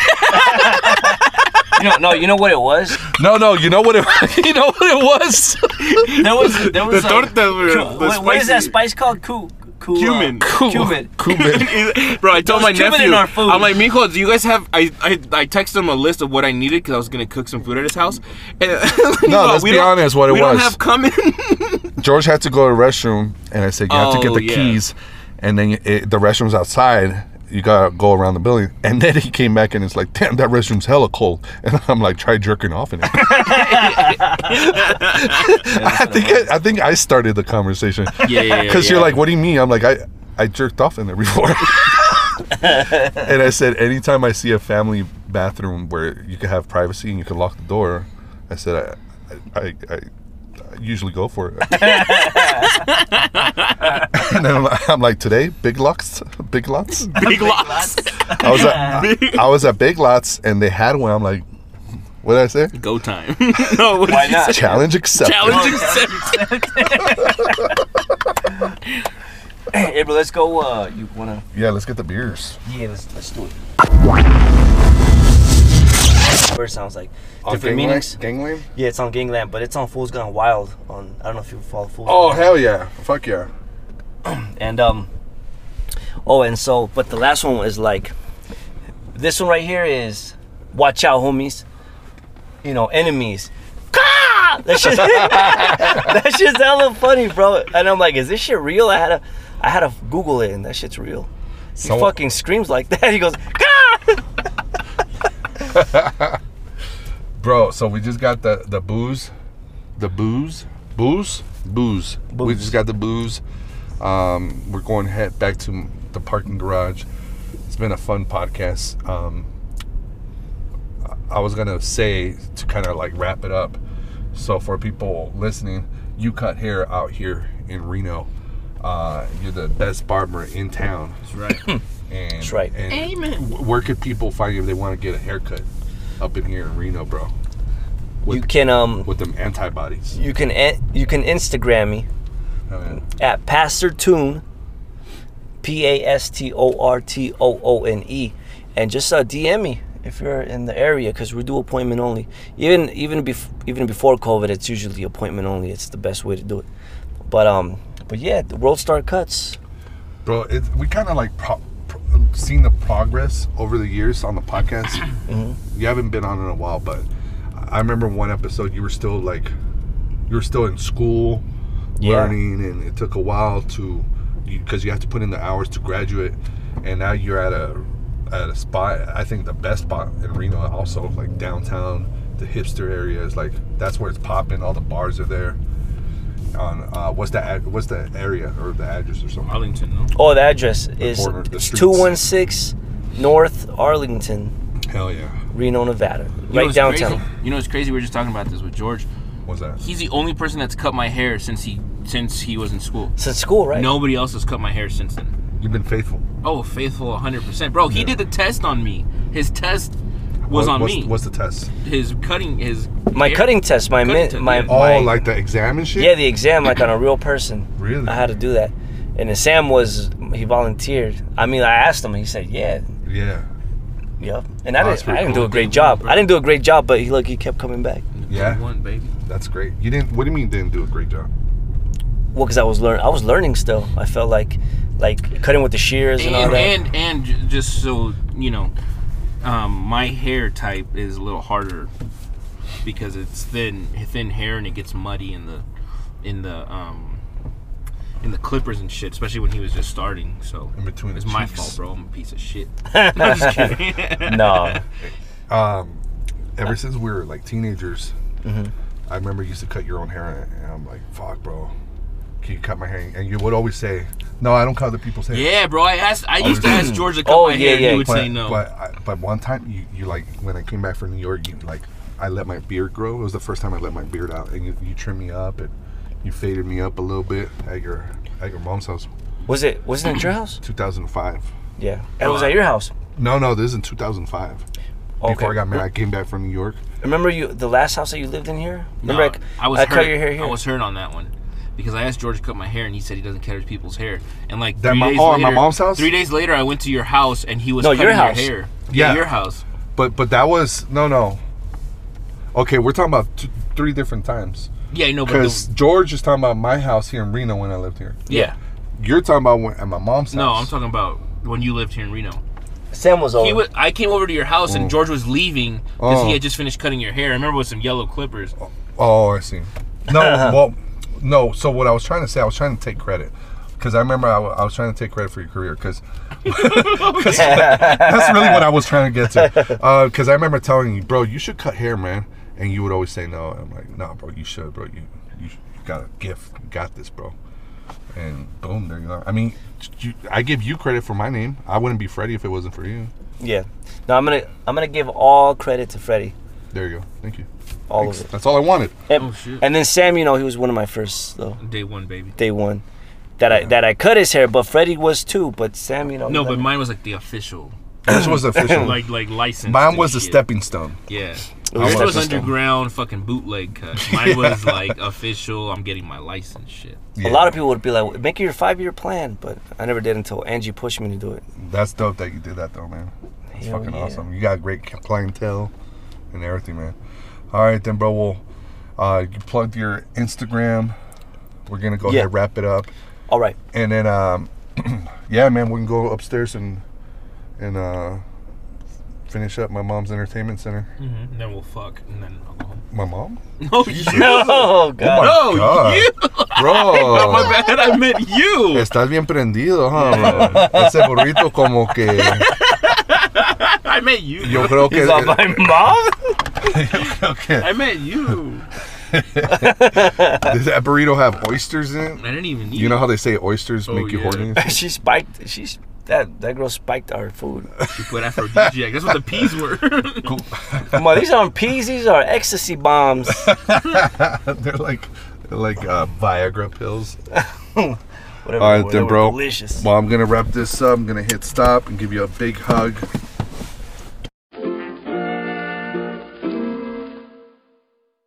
D: You know, no, you know what it was?
F: no, no, you know what it, you know what it was?
D: There was, there was.
G: The
D: a-
G: torta were-
D: cu-
G: the
D: what- what is that
G: spicy-
D: spice called? Cu, cu, uh,
G: Cumin.
F: Cool.
D: Cumin.
F: Cumin.
E: Bro, I told
D: Those
E: my
D: Cuban
E: nephew.
D: in our food.
E: I'm like, Mijo, do you guys have? I I, I texted him a list of what I needed because I was gonna cook some food at his house. And
F: No, let's
E: we
F: be
E: don't-
F: honest what it
E: we don't
F: was.
E: have coming.
F: George had to go to the restroom, and I said, You have to get
E: Oh,
F: the
E: yeah.
F: keys. And then it, the restroom's outside, you gotta go around the building. And then he came back and it's like, damn, that restroom's hella cold. And I'm like, try jerking off in it. I think I, I think I started the conversation.
E: Yeah, yeah, yeah,
F: Because you're
E: yeah.
F: like, what do you mean? I'm like, I, I jerked off in there before. and I said, anytime I see a family bathroom where you can have privacy and you can lock the door, I said, I, I, I, I usually go for it. and then I'm, like- I'm like, today, big lots, big lots.
E: Big lots.
F: I was at, I, was at Big Lots and they had one. I'm like, what did I say?
E: Go time. no, what
D: Why
E: did you
D: not?
E: say?
F: Challenge accepted.
E: Challenge accepted.
D: Hey, bro, let's go. Uh, you wanna?
F: Yeah, let's get the beers.
D: Yeah, let's let's do it. Where it sounds like different meanings.
F: Gangland?
D: Yeah, it's on Gangland, but it's on Fools Gone Wild. On I don't know if you follow Fools.
F: Oh, hell yeah. Fuck yeah.
D: and um oh and so but the last one is like this one right here is watch out homies you know enemies Ka! that shit that shit's hella funny bro and i'm like is this shit real i had to i had to google it and that shit's real he
F: So-
D: fucking screams like that he goes Ka!
F: Bro, so we just got the, the booze. The booze? Booze? Booze. We
D: Booze.
F: just got the booze. Um, we're going head back to the parking garage. It's been a fun podcast. Um, I- I was going to say to kind of like wrap it up. So for people listening, you cut hair out here in Reno. Uh, you're the best barber in town. That's right. and, That's
D: right.
F: And Amen. Where could people find you if they want to get a haircut up in here in Reno, bro?
D: you can um
F: With them antibodies.
D: you can en- you can instagram me
F: I mean,
D: at Pastor Tune, P A S T O R T O O N E, and just uh, DM me if you're in the area because we do appointment only. Even even bef- even before COVID, it's usually appointment only. It's the best way to do it. But um, but yeah, the World Star Cuts.
F: bro it, we kind of like pro, pro, seen the progress over the years on the podcast you haven't been on in a while but i remember one episode you were still like you were still in school
D: Yeah.
F: learning and it took a while to because you have to put in the hours to graduate and now you're at a at a spot i think the best spot in reno also like downtown the hipster area is like that's where it's popping all the bars are there on uh, what's the ad- what's the area or the address or something
E: Arlington, no?
D: Oh, the address is
F: corner, the streets.
D: two one six North Arlington,
F: Hell yeah.
D: Reno, Nevada,
E: You know
D: right
E: what's
D: downtown.
E: Crazy? You know what's crazy? We were just talking about this with George.
F: What's that?
E: He's the only person that's cut my hair since he since he was in school.
D: Since school, right?
E: Nobody else has cut my hair since then.
F: You've been faithful.
E: Oh, faithful 100%. Bro, he did the test on me. His test was
F: What-
E: on
F: what's,
E: me.
F: What's the test?
E: his cutting his
D: My
E: hair-
D: cutting test, my
E: Cutting
D: min,
E: test,
D: my,
E: yeah.
F: Oh,
D: my
F: like the exam and shit?
D: Yeah, the exam like on a real person.
F: Really?
D: I had to do that. And then Sam was he volunteered. I mean, I asked him. He said, "Yeah,
F: Yeah.
D: yep." And I
F: Oh, that's
D: didn't.
F: pretty
D: I didn't do
F: cool.
D: a great job. I didn't do a great job, but he look, he kept coming back.
F: Yeah.
E: one baby.
F: That's great. You didn't, what do you mean didn't do a great job?
D: Well, because I was learning. I was learning still. I felt like, like cutting with the shears and, all
E: And
D: that.
E: and, and j- just so you know, um, my hair type is a little harder because it's thin thin hair and it gets muddy in the in the um in the clippers and shit, especially when he was just starting. So
F: In between the
E: it's my
F: cheeks.
E: fault, bro. I'm a piece of shit. No, I'm just kidding.
D: no,
F: Ever since we were like teenagers, I remember you used to cut your own hair and I'm like, fuck, bro. Can you cut my hair? And you would always say, no, I don't cut other people's hair.
E: Yeah, bro. I asked. I used to ask George to cut
D: Oh,
E: my
D: yeah,
E: hair. and
D: yeah.
E: He would
F: But,
E: say no.
F: But, I, but one time, you, you like, when I came back from New York, you like, I let my beard grow. It was the first time I let my beard out. And you, you trimmed me up and you faded me up a little bit at your, at your mom's house.
D: was it? Wasn't it at your house?
F: 2005.
D: Yeah, it was at your house.
F: No, no, this is in 2005.
D: Okay.
F: Before I got married, I came back from New York.
D: Remember you the last house that you lived in here?
E: No,
D: Remember I c-
E: I was
D: I
E: hurt.
D: cut your hair here.
E: I was hurt on that one because I asked George to cut my hair, and he said he doesn't cut people's hair. And like
F: That
E: three
F: my-
E: days
F: oh, at
E: later,
F: my mom's house?
E: Three days later, I went to your house, and he was
D: No,
E: cutting
D: your house.
E: hair.
F: Yeah.
E: your house.
F: But but that was no no. Okay, we're talking about two, three different times.
E: Yeah, no, but
F: Because
E: the,
F: George is talking about my house here in Reno when I lived here.
E: yeah.
F: You're talking about when, at my mom's
E: No, I'm
F: house.
E: talking about when you lived here in Reno.
D: Sam was
E: He
D: over.
E: was, I came over to your house, and George was leaving because
F: Oh.
E: he had just finished cutting your hair. I remember with some yellow clippers.
F: Oh, I see. No, well, no. So what I was trying to say, I was trying to take credit. because I remember I, w- I was trying to take credit for your career because that's really what I was trying to get to. Because I remember telling you, bro, you should cut hair, man, and you would always say no. I'm like, nah, bro, you should, bro. You you got a gift, you got this, bro. And boom, there you are. I mean, you, I give you credit for my name. I wouldn't be Freddie if it wasn't for you.
D: Yeah. Now I'm gonna I'm gonna give all credit to Freddie.
F: There you go. Thank you.
D: All
F: Thanks.
D: of it.
F: That's all I wanted.
D: And,
E: Oh, shit.
D: and then Sam, you know, he was one of my first though,
E: Day one, baby.
D: day one. That I that I cut his hair, but Freddie was too. But Sam, you know.
E: No,
D: he
E: but
D: let-
E: mine was like the official,
F: This was official.
E: like like license.
F: Mine was the stepping stone.
E: Yeah.
D: was
E: Yours
D: a
E: was
D: stepping stone.
E: underground fucking bootleg cut. Mine was like official. I'm getting my license. Shit.
D: A lot of people would be like, "Make it your five-year plan," but I never did until Angie pushed me to do it.
F: That's dope that you did that though, man. That's
D: Hell
F: fucking
D: yeah.
F: awesome. You got great clientele and everything, man. All right, then, bro. Well, uh, you plugged your Instagram. We're gonna go
D: Yeah.
F: ahead and wrap it up,
D: All right.
F: and then, um, yeah, man, we can go upstairs and and uh, finish up my mom's entertainment center.
E: Mm-hmm. Then we'll fuck, and then I'll go home.
F: My mom?
E: No, you.
D: Oh God.
F: Oh my God. Oh.
E: My
F: bro.
E: bad. I meant you.
F: Estás bien prendido, huh, bro? Ese burrito como que
E: I meant you.
F: yo creo que
D: He's like, my mom?
F: okay.
E: I meant you.
F: Does that burrito have oysters in it?
E: I didn't even need.
F: You know how they say oysters
E: Oh,
F: make you
E: yeah.
F: horny?
D: she spiked. She's that that girl spiked our food.
E: you put aphrodisiac. That's what the peas were.
D: Come on, these aren't peas. These are ecstasy bombs.
F: they're like they're like uh, Viagra pills.
D: Whatever. boy,
F: All right,
D: they
F: then,
D: were
F: bro.
D: Delicious.
F: Well, I'm gonna wrap this up. I'm gonna hit stop and give you a big hug.